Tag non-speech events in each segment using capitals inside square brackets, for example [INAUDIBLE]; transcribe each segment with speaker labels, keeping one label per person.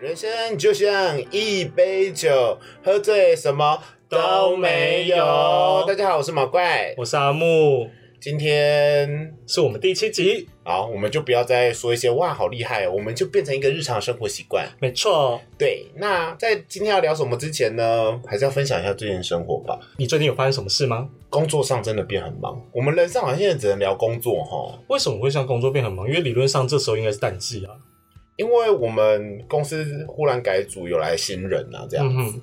Speaker 1: 人生就像一杯酒，喝醉什么都没有。大家好，我是毛怪，
Speaker 2: 我是阿木，
Speaker 1: 今天
Speaker 2: 是我们第七集，
Speaker 1: 好，我们就不要再说一些哇好厉害哦，我们就变成一个日常生活习惯。
Speaker 2: 没错。
Speaker 1: 对，那在今天要聊什么之前呢，还是要分享一下最近的生活吧。
Speaker 2: 你最近有发生什么事吗？
Speaker 1: 工作上真的变很忙，我们人上好像现在只能聊工作哈，
Speaker 2: 为什么会像工作变很忙？因为理论上这时候应该是淡季啊。
Speaker 1: 因为我们公司忽然改组，有来新人啊，这样
Speaker 2: 嗯
Speaker 1: 子。
Speaker 2: 哼，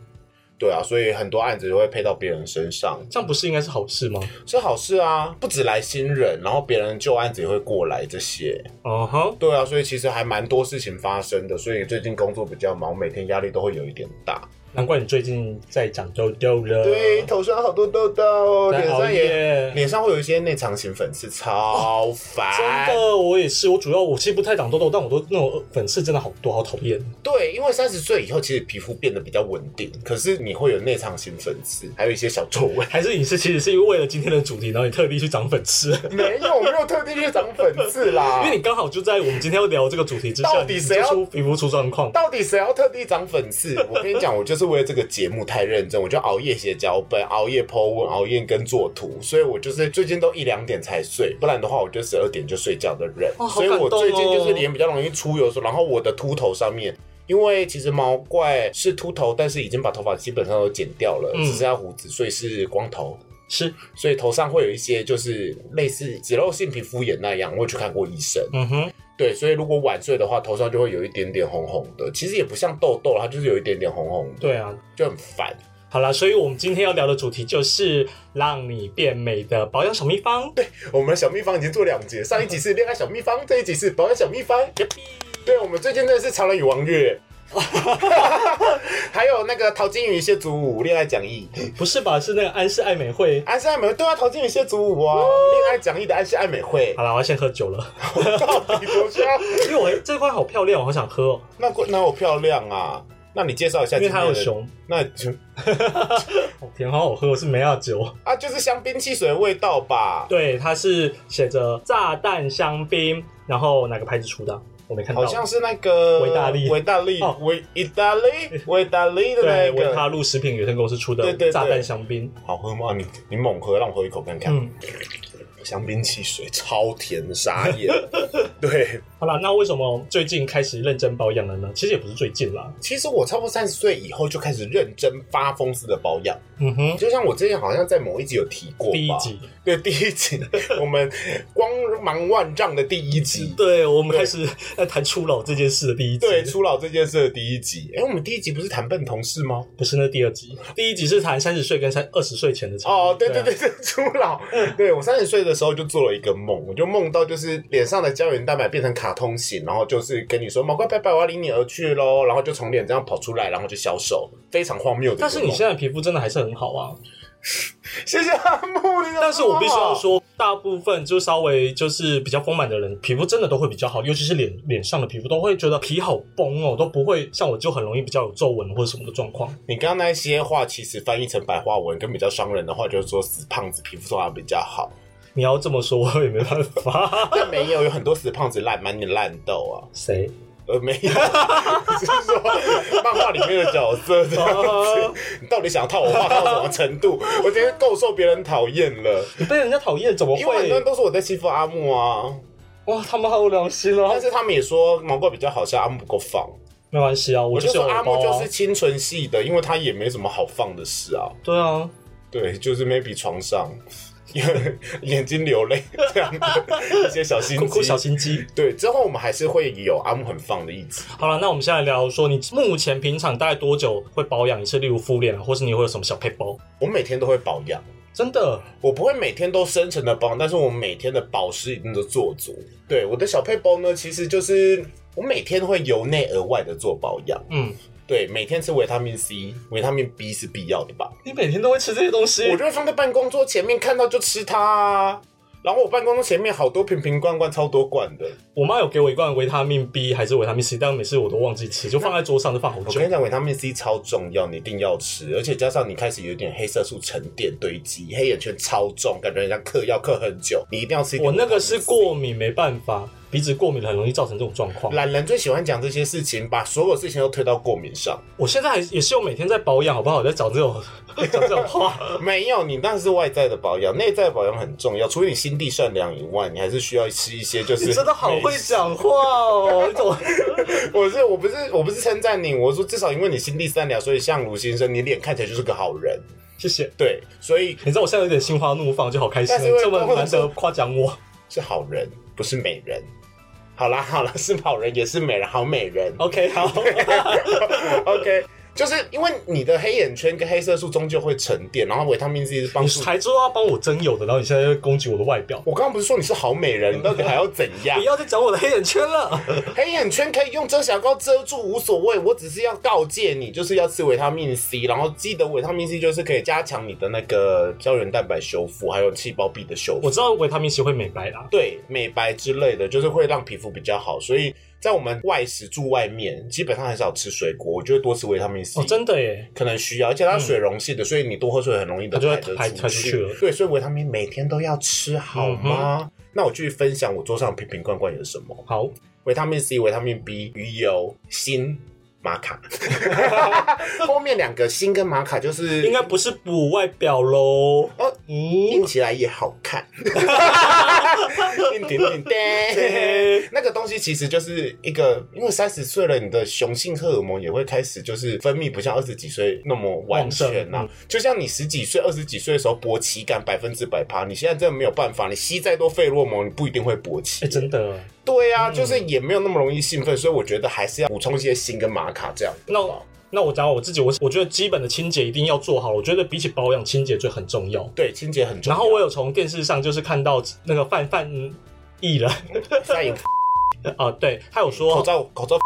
Speaker 1: 对啊，所以很多案子就会配到别人身上，
Speaker 2: 这样不是应该是好事吗？
Speaker 1: 是好事啊。不止来新人，然后别人旧案子也会过来这些。
Speaker 2: 哦哈，
Speaker 1: 对啊，所以其实还蛮多事情发生的。所以最近工作比较忙，每天压力都会有一点大。
Speaker 2: 难怪你最近在长痘痘了。
Speaker 1: 对，，头上好多痘痘，脸
Speaker 2: 在熬
Speaker 1: 上也
Speaker 2: 夜。
Speaker 1: 脸上会有一些内藏型粉刺，超烦。
Speaker 2: 真的，我也是。我主要我其实不太长痘痘，但我都那种粉刺真的好多，好讨厌。。
Speaker 1: 对，因为三十岁以后，其实皮肤变得比较稳定，可是你会有内藏型粉刺，还有一些小皱纹
Speaker 2: 还是你是其实是因为为了今天的主题，然后你特地去长粉
Speaker 1: [LAUGHS]
Speaker 2: 刺，
Speaker 1: 没有，我没有特地去长粉刺 [LAUGHS] 啦。
Speaker 2: 因为你刚好就在我们今天要聊这个主题之下，
Speaker 1: 到底谁
Speaker 2: 你就
Speaker 1: 要
Speaker 2: 出皮肤出状况？
Speaker 1: 到底谁要特地长
Speaker 2: [LAUGHS]
Speaker 1: 粉刺？我跟你讲，我就是为了这个节目太认真，我就熬夜写脚本，熬夜 po 文，熬夜跟做图，所以我就是最近都一两点才睡，不然的话我就十二点就睡觉的人。
Speaker 2: 哦好
Speaker 1: 所以
Speaker 2: 感
Speaker 1: 我
Speaker 2: 动
Speaker 1: 最近就
Speaker 2: 哦
Speaker 1: 是脸比较容易出油，然后我的秃头上面。因为其实毛怪是秃头，但是已经把头发基本上都剪掉了，
Speaker 2: 嗯
Speaker 1: 只剩下胡子，所以是光头，
Speaker 2: 是，
Speaker 1: 所以头上会有一些就是类似脂漏性皮肤炎那样。我有去看过医生，
Speaker 2: 嗯哼。
Speaker 1: 对，所以如果晚睡的话，头上就会有一点点红红的，其实也不像痘痘，它就是有一点点红红的，
Speaker 2: 对啊，
Speaker 1: 就很烦。
Speaker 2: 好啦，所以我们今天要聊的主题就是让你变美的保养小秘方。对，
Speaker 1: 我们小秘方已经做两节，上一集是恋爱小秘方，这一集是保养小秘方。对，我们最近真的是常人与王月， [LAUGHS] 还有那个陶晶莹、谢祖武恋爱讲义，
Speaker 2: 不是吧？是那个安室爱美惠。
Speaker 1: 安室爱美惠对啊，陶晶莹、谢祖武啊，恋爱讲义的安室爱
Speaker 2: [LAUGHS]
Speaker 1: 美惠
Speaker 2: 好，啦，我要先喝酒
Speaker 1: [LAUGHS]
Speaker 2: 了，
Speaker 1: 到底多香？
Speaker 2: 因为我这罐好漂亮，我好想喝哦，
Speaker 1: 那那我漂亮啊？那你介绍一下
Speaker 2: 因
Speaker 1: 今
Speaker 2: 为
Speaker 1: 天的，
Speaker 2: 它有熊。
Speaker 1: 那就
Speaker 2: 哦天，好好喝，是梅亚酒。 [LAUGHS]
Speaker 1: 啊，就是香槟汽水的味道吧。
Speaker 2: 对，它是写着炸弹香槟，然后哪个牌子出的啊？我没看到。
Speaker 1: 好像是那个
Speaker 2: 维大利
Speaker 1: 维大利
Speaker 2: 哦，
Speaker 1: 维意大
Speaker 2: [LAUGHS]
Speaker 1: 利，维大利的那
Speaker 2: 对
Speaker 1: 一，
Speaker 2: 维他
Speaker 1: 个，
Speaker 2: 露食品有限公司出
Speaker 1: 对
Speaker 2: 的
Speaker 1: 对对
Speaker 2: 炸弹香槟。
Speaker 1: 好喝吗？你你猛喝，让我喝一口看看。
Speaker 2: 嗯，
Speaker 1: 香槟汽水超甜，傻
Speaker 2: [LAUGHS]
Speaker 1: 眼。对，
Speaker 2: 好啦，那为什么最近开始认真保养了呢？其实也不是最近啦。
Speaker 1: 其实我差不多三十岁以后就开始认真发疯似的保养，
Speaker 2: 嗯哼，
Speaker 1: 就像我之前好像在某一集有提过吧，
Speaker 2: 第一集，
Speaker 1: 对第
Speaker 2: [LAUGHS]
Speaker 1: 一集，我们光芒万丈的第一集。
Speaker 2: 对我们
Speaker 1: 对
Speaker 2: 开始在谈初老这件事的第一集。
Speaker 1: 对，初老这件事的第一集，哎、我们第一集不是谈笨同事吗？
Speaker 2: 不是那第二集，第一集是谈三十岁跟三二十岁前的差异
Speaker 1: 哦，对对
Speaker 2: 啊嗯
Speaker 1: 对对， [LAUGHS] 初老。对我三十岁的时候就做了一个梦，我就梦到就是脸上的胶原蛋白变成卡通型，然后就是跟你说毛怪拜拜，我要离你而去喽，然后就从脸这样跑出来，然后就消瘦，非常荒谬的一个梦。
Speaker 2: 但是你现在皮肤真的还是很好啊，
Speaker 1: 谢谢阿木，你
Speaker 2: 但是我必须要，说，大部分就稍微就是比较丰满的人，皮肤真的都会比较好，尤其是脸脸上的皮肤都会觉得皮好崩哦，都不会像我就很容易比较有皱纹或者什么的状况。
Speaker 1: 你刚刚那些话其实翻译成白话文跟比较伤人的话，就是说死胖子皮肤状况比较好，
Speaker 2: 你要这么说，我也没办 [LAUGHS] 法。
Speaker 1: 但没有有很多死胖子烂满你烂痘啊，
Speaker 2: 谁？
Speaker 1: 呃没有， [LAUGHS] 就是说漫画里面的角色这样子。
Speaker 2: 哦
Speaker 1: [LAUGHS] 你到底想套我话套到什么程度？我今天够受别人讨厌了，
Speaker 2: 你被人家讨厌怎么
Speaker 1: 因为很多
Speaker 2: 会？
Speaker 1: 人都说我在欺负阿木啊，
Speaker 2: 哇，他们好有良心哦
Speaker 1: 但。是他们也说毛怪比较好笑，阿木不够放。
Speaker 2: 没关系啊，我
Speaker 1: 我
Speaker 2: 就是
Speaker 1: 说
Speaker 2: 有
Speaker 1: 阿
Speaker 2: 包
Speaker 1: 木
Speaker 2: 啊
Speaker 1: 就是清纯系的，因为他也没什么好放的事啊。
Speaker 2: 对啊，
Speaker 1: 对，就是 maybe 床上。眼 [LAUGHS] 眼睛流泪这样的一些小心
Speaker 2: 哭哭小
Speaker 1: 机，
Speaker 2: 心机。
Speaker 1: 对，之后我们还是会有阿木很放的一集。
Speaker 2: 好了，那我们现在聊说，你目前平常大概多久会保养一次？例如敷脸啊，或是你会有什么小配包？
Speaker 1: 我每天都会保养，
Speaker 2: 真的，
Speaker 1: 我不会每天都深层的保养，但是我每天的保湿一定都做足。对我的小配包呢，其实就是我每天会由内而外的做保养。
Speaker 2: 嗯，
Speaker 1: 对，每天吃维他命 C、维他命 B 是必要的吧？
Speaker 2: 你每天都会吃这些东西
Speaker 1: 我就会放在办公桌前面，看到就吃它、啊。然后我办公桌前面好多瓶瓶罐罐，超多罐的。
Speaker 2: 我妈有给我一罐维他命 B 还是维他命 C，但每次我都忘记吃，就放在桌上就放好
Speaker 1: 我
Speaker 2: 久
Speaker 1: 跟。你讲，维他命 C 超重要，你一定要吃。而且加上你开始有点黑色素沉淀堆积，黑眼圈超重，感觉人家嗑药嗑很久，你一定要吃一点
Speaker 2: 我
Speaker 1: 维他命 C。
Speaker 2: 那个是过敏，没办法。鼻子过敏很容易造成这种状况。
Speaker 1: 懒人最喜欢讲这些事情，把所有事情都推到过敏上。
Speaker 2: 我现在还也是有每天在保养，好不好？我在讲这种 [LAUGHS] 讲这种 [LAUGHS] 话。
Speaker 1: 没有，你那是外在的保养，内在的保养很重要。除了你心地善良以外，你还是需要吃一些就是。
Speaker 2: 你真的好会讲话哦！你怎么？
Speaker 1: 我是我不是我不是称赞你，我说至少因为你心地善良，所以像卢先生，你脸看起来就是个好人。
Speaker 2: 谢谢。
Speaker 1: 对，所以
Speaker 2: 你知道我现在有点心花怒放，就好开心哦，
Speaker 1: 但是因为
Speaker 2: 这么
Speaker 1: 公
Speaker 2: 难
Speaker 1: 司
Speaker 2: 得夸奖我。
Speaker 1: 是好人，不是美人。好啦好啦，是好人也是美人，好美人。
Speaker 2: OK，好，
Speaker 1: [LAUGHS] OK，就是因为你的黑眼圈跟黑色素终究会沉淀，然后维他命 C 是帮
Speaker 2: 你
Speaker 1: 助。
Speaker 2: 才知道要帮我真有的，然后你现在又攻击我的外表，
Speaker 1: 我刚刚不是说你是好美
Speaker 2: [LAUGHS]
Speaker 1: 人，你到底还要怎样
Speaker 2: 不？要再讲我的黑眼圈了。 [LAUGHS]
Speaker 1: 黑眼圈可以用遮瑕膏遮住，无所谓。我只是要告诫你，就是要吃维他命 C，然后记得维他命 C 就是可以加强你的那个胶原蛋白修复，还有细胞壁的修
Speaker 2: 我
Speaker 1: 复。
Speaker 2: 知道维他命 C 会美白啦，
Speaker 1: 对美白之类的，就是会让皮肤比较好，所以在我们外食住外面，基本上很少吃水果，我就会多吃维他命 C。
Speaker 2: 哦，真的耶，
Speaker 1: 可能需要，而且它水溶性的，所以你多喝水很容易的
Speaker 2: 它就会嗯排
Speaker 1: 排得
Speaker 2: 排出去了嗯
Speaker 1: 对，所以维他命每天都要吃，好吗？那我继续分享我桌上瓶瓶罐罐有什么：
Speaker 2: 好，
Speaker 1: 维他命 C、维他命 B、鱼油、锌、玛
Speaker 2: [LAUGHS]
Speaker 1: 卡。后面两个锌跟玛卡就是
Speaker 2: 应该不是补外表喽。
Speaker 1: 哦
Speaker 2: 嗯
Speaker 1: 印，起来也好
Speaker 2: [LAUGHS]
Speaker 1: 看，硬挺挺的。
Speaker 2: 嘿嘿
Speaker 1: [LAUGHS] 那个东西其实就是一个，因为三十岁了，你的雄性荷尔蒙也会开始就是分泌，不像二十几岁那么完全呐、啊
Speaker 2: 旺盛嗯
Speaker 1: 就像你十几岁、二十几岁的时候勃起感百分之百趴，你现在真的没有办法，你吸再多费洛蒙，你不一定会勃起。
Speaker 2: 哎，真的。嗯
Speaker 1: 对啊，就是也没有那么容易兴奋，所以我觉得还是要补充一些锌跟玛卡这样。
Speaker 2: 那我那我讲我自己，我我觉得基本的清洁一定要做好。我觉得比起保养，清洁最很重要。
Speaker 1: 对，清洁很重
Speaker 2: 然
Speaker 1: 要。
Speaker 2: 后我有从电视上就是看到那个范范艺人
Speaker 1: [LAUGHS]
Speaker 2: [LAUGHS]
Speaker 1: 再有
Speaker 2: 啊，对，他有
Speaker 1: 口
Speaker 2: 说
Speaker 1: 罩口
Speaker 2: [LAUGHS]
Speaker 1: 罩，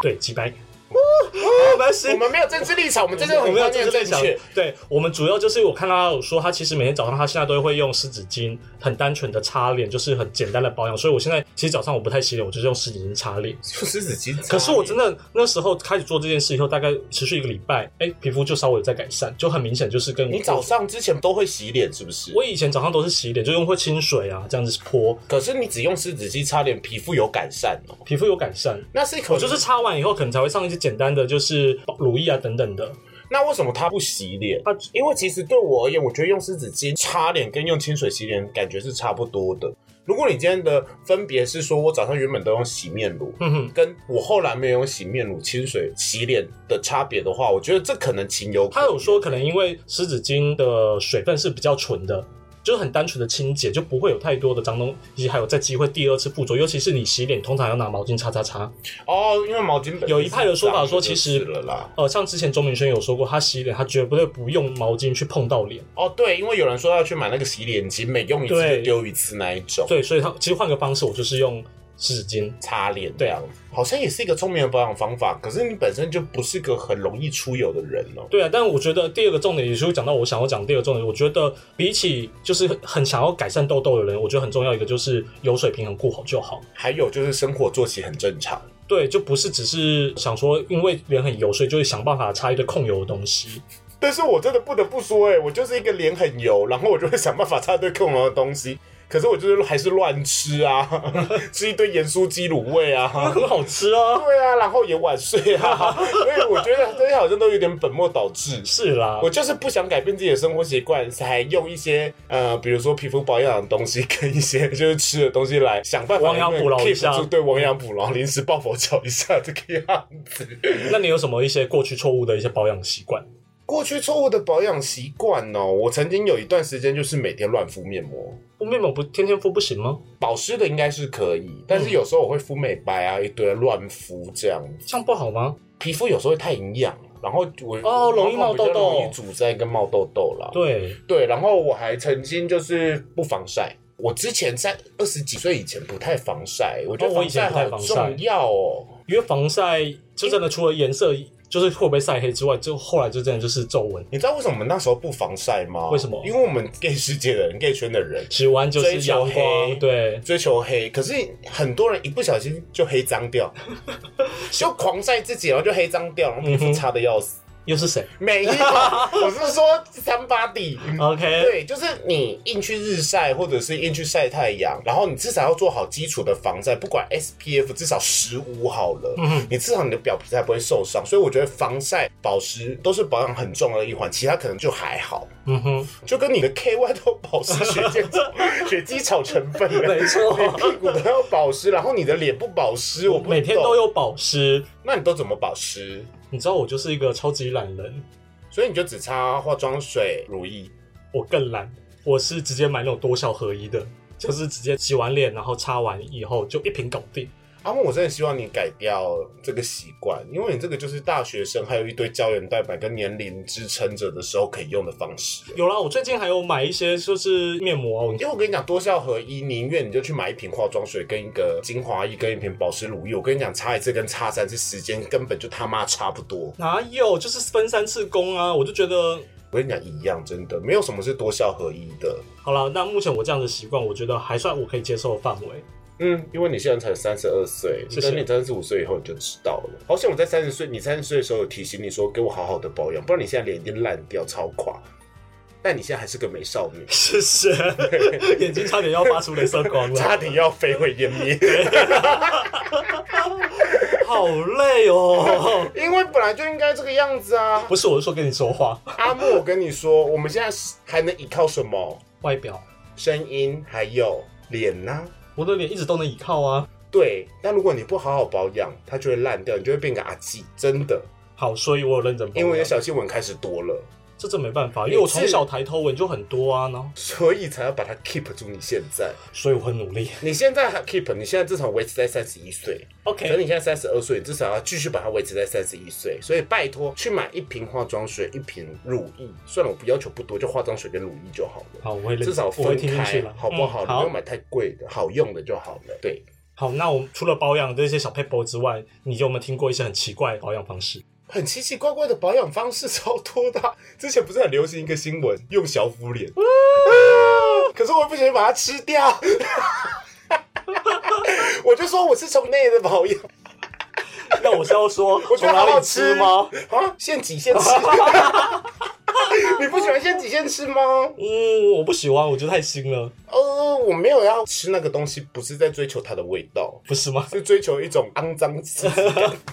Speaker 2: 对几百， [LAUGHS] 我们是
Speaker 1: 我们没有政治立 [LAUGHS] 场，我们真的
Speaker 2: 我
Speaker 1: 很
Speaker 2: 没有
Speaker 1: 观
Speaker 2: 这
Speaker 1: 念
Speaker 2: 是在
Speaker 1: 正
Speaker 2: 想
Speaker 1: 确。，
Speaker 2: [LAUGHS] 对我们主要就是我看到他有说，他其实每天早上他现在都会用湿纸巾，很单纯的擦脸，就是很简单的保养。所以我现在其实早上我不太洗脸，我就是用湿纸巾擦脸。
Speaker 1: 就湿纸巾。
Speaker 2: 可是我真的那时候开始做这件事以后，大概持续一个礼拜，哎、皮肤就稍微有在改善，就很明显就是跟
Speaker 1: 你早上之前都会洗脸是不是？
Speaker 2: 我以前早上都是洗脸，就用会清水啊这样子泼，
Speaker 1: 可是你只用湿纸巾擦脸，皮肤有改善哦、
Speaker 2: 皮肤有改善。
Speaker 1: 那是可
Speaker 2: 我哦就是擦完以后，可能才会上一些简单的，就是乳液啊等等的。
Speaker 1: 那为什么他不洗脸？
Speaker 2: 他
Speaker 1: 因为其实对我而言，我觉得用湿纸巾擦脸跟用清水洗脸感觉是差不多的。如果你今天的分别是说我早上原本都用洗面乳，
Speaker 2: 哼哼，
Speaker 1: 跟我后来没有用洗面乳、清水洗脸的差别的话，我觉得这可能情有可
Speaker 2: 他有说，可能因为湿纸巾的水分是比较纯的，就是很单纯的清洁，就不会有太多的脏东西，还有在机会第二次附着。尤其是你洗脸，通常要拿毛巾擦擦擦。
Speaker 1: 哦，因为毛巾本身
Speaker 2: 有一派的说法说
Speaker 1: 是
Speaker 2: 其实
Speaker 1: 了啦。
Speaker 2: 呃，像之前钟明轩有说过，他洗脸他绝不会不用毛巾去碰到脸，
Speaker 1: 哦，对，因为有人说要去买那个洗脸巾，每用一次
Speaker 2: 对
Speaker 1: 就丢一次那一种。
Speaker 2: 对，所以他其实换个方式，我就是用湿纸巾。
Speaker 1: 擦脸，
Speaker 2: 对啊，
Speaker 1: 好像也是一个聪明的保养方法。可是你本身就不是个很容易出油的人哦、
Speaker 2: 对啊，但我觉得第二个重点，也就是讲到我想要讲第二个重点，我觉得比起就是很想要改善痘痘的人，我觉得很重要一个就是油水平衡顾好就好。
Speaker 1: 还有就是生活作息很正常，
Speaker 2: 对，就不是只是想说，因为脸很油，所以就会想办法擦一堆控油的东西。
Speaker 1: 但是我真的不得不说、哎，我就是一个脸很油，然后我就会想办法擦对控油的东西。可是我就是还是乱吃啊， [LAUGHS] 吃一堆盐酥鸡卤味啊， [LAUGHS]
Speaker 2: 很好吃啊！
Speaker 1: 对啊，然后也晚睡啊， [LAUGHS] 所以我觉得这些好像都有点本末倒置。
Speaker 2: 是啦
Speaker 1: 我，就是不想改变自己的生活习惯，才用一些呃，比如说皮肤保养的东西跟一些就是吃的东西来想办法
Speaker 2: 亡羊补牢一下
Speaker 1: keep 住对亡羊补牢，临时抱佛脚一下这个样子。
Speaker 2: 那你有什么一些过去错误的一些保养习惯？
Speaker 1: 过去错误的保养习惯哦，我曾经有一段时间就是每天乱敷面膜。
Speaker 2: 我面膜不天天敷不行吗？
Speaker 1: 保湿的应该是可以，但是有时候我会敷美白啊，一堆乱敷这样子，
Speaker 2: 这样不好吗？
Speaker 1: 皮肤有时候会太营养，然后我
Speaker 2: 哦容易冒痘痘
Speaker 1: 比较容易阻塞跟冒痘痘啦。
Speaker 2: 对，
Speaker 1: 对，然后我还曾经就是不防晒。我之前在二十几岁以前不太防晒，我觉
Speaker 2: 哦
Speaker 1: 得
Speaker 2: 我以
Speaker 1: 防
Speaker 2: 前
Speaker 1: 晒
Speaker 2: 不太
Speaker 1: 好
Speaker 2: 防晒
Speaker 1: 重要哦。
Speaker 2: 因为防晒就真的除了颜色就是会不会晒黑之外，就后来就真的就是皱纹。
Speaker 1: 你知道为什么我们那时候不防晒吗？
Speaker 2: 为什么
Speaker 1: 因为我们 gay 世界的人，gay 圈的人
Speaker 2: 指完就
Speaker 1: 追
Speaker 2: 是
Speaker 1: 求
Speaker 2: 阳
Speaker 1: 黑
Speaker 2: 光，对，
Speaker 1: 追求黑，可是很多人一不小 [LAUGHS]
Speaker 2: 嗯
Speaker 1: 心就黑脏掉，就狂晒自己，然后就黑脏掉，然后皮肤差的要死。
Speaker 2: 又是谁
Speaker 1: 没有，我是说三八底。嗯
Speaker 2: 哦？OK，
Speaker 1: 对，就是你硬去日晒，或者是硬去晒太阳，然后你至少要做好基础的防晒，不管 SPF 至少十五好了，
Speaker 2: 嗯
Speaker 1: 你至少你的表皮才不会受伤。所以我觉得防晒、保湿都是保养很重要的一环，其他可能就还好，
Speaker 2: 嗯哼，
Speaker 1: 就跟你的 KY 都保湿血
Speaker 2: [LAUGHS]
Speaker 1: 见血肌草成分了，
Speaker 2: 没错
Speaker 1: 你屁股都要保湿，然后你的脸不保湿，我不
Speaker 2: 每天
Speaker 1: 懂
Speaker 2: 都，有保湿。
Speaker 1: 那你都怎么保湿？
Speaker 2: 你知道我就是一个超级懒人，
Speaker 1: 所以你就只擦化妆水、乳液。
Speaker 2: 我更懒，我是直接买那种多效合一的，就是直接洗完脸，然后擦完以后就一瓶搞定。
Speaker 1: 阿木，我真的希望你改掉这个习惯，因为你这个就是大学生还有一堆胶原蛋白跟年龄支撑着的时候可以用的方式。
Speaker 2: 有啦，我最近还有买一些就是面膜啊，
Speaker 1: 因为我跟你讲，多效合一，宁愿你就去买一瓶化妆水、跟一个精华液、跟一瓶保湿乳液。我跟你讲，擦一次跟擦三次时间根本就他妈差不多。
Speaker 2: 哪有就是分三次工啊？我就觉得
Speaker 1: 我跟你讲一样，真的没有什么是多效合一的。
Speaker 2: 好了，那目前我这样的习惯，我觉得还算我可以接受的范围。 [LAUGHS]
Speaker 1: 嗯，因为你现在才三十二岁，
Speaker 2: 谢谢
Speaker 1: 等你三十五岁以后你就知道了。好像我在三十岁，你三十岁的时候有提醒你说，给我好好的保养，不然你现在脸已经烂掉、超垮。但你现在还是个美
Speaker 2: [LAUGHS]
Speaker 1: 少女，
Speaker 2: 谢
Speaker 1: [LAUGHS]
Speaker 2: 谢，眼睛差点要发出镭射光
Speaker 1: 差
Speaker 2: 了，
Speaker 1: 点要飞灰烟灭。
Speaker 2: 好累哦。
Speaker 1: 因为本来就应该这个样子啊。
Speaker 2: 不是，我是说跟你说话，
Speaker 1: 阿木，我跟你说，我们现在是还能依靠什么？
Speaker 2: 外表，
Speaker 1: 声音还有脸呐、
Speaker 2: 我的脸一直都能倚靠啊。
Speaker 1: 对，但如果你不好好保养，它就会烂掉，你就会变个阿纪，真的。
Speaker 2: 好，所以我有认真保养，
Speaker 1: 因为你的小细纹开始多了，
Speaker 2: 这真没办法，因为我从小抬头纹就很多啊，然后
Speaker 1: 所以才要把它 keep 住。你现在。
Speaker 2: 所以我很努力。
Speaker 1: 你现在还 keep，你现在至少维持在三十一岁，可是
Speaker 2: OK，
Speaker 1: 你现在三十二岁，你至少要继续把它维持在三十一岁。所以拜托去买一瓶化妆水，一瓶乳液。算了，我不要求不多，就化妆水跟乳液就好了。
Speaker 2: 好，我会认
Speaker 1: 至少
Speaker 2: 我会
Speaker 1: 分
Speaker 2: 听进去
Speaker 1: 开
Speaker 2: 了，，
Speaker 1: 好不
Speaker 2: 嗯
Speaker 1: 好？你不要
Speaker 2: 好，
Speaker 1: 买太贵的，好用的就好了。对，
Speaker 2: 好。那我们除了保养这些小 paper 之外，你有没有听过一些很奇怪的保养方 [LAUGHS] 式？
Speaker 1: 很奇奇怪怪的保养方式超多的啊。 [LAUGHS] 之前不是很流行一个新闻，用小腹脸，啊 [LAUGHS] 可是我不小心把它吃掉， [LAUGHS] 我就说我是从内的保养。
Speaker 2: 那我是要说
Speaker 1: 我觉
Speaker 2: 从
Speaker 1: 得
Speaker 2: 哪
Speaker 1: 好好
Speaker 2: 里吃吗？？
Speaker 1: 啊，现挤现
Speaker 2: [LAUGHS]
Speaker 1: 吃。你不喜欢现挤现吃吗？
Speaker 2: 嗯，我不喜欢，我觉得太腥了，
Speaker 1: 呃，我没有要吃那个东西，不是在追求它的味道，
Speaker 2: 不是吗？
Speaker 1: 是追求一种肮脏刺激感。
Speaker 2: [LAUGHS]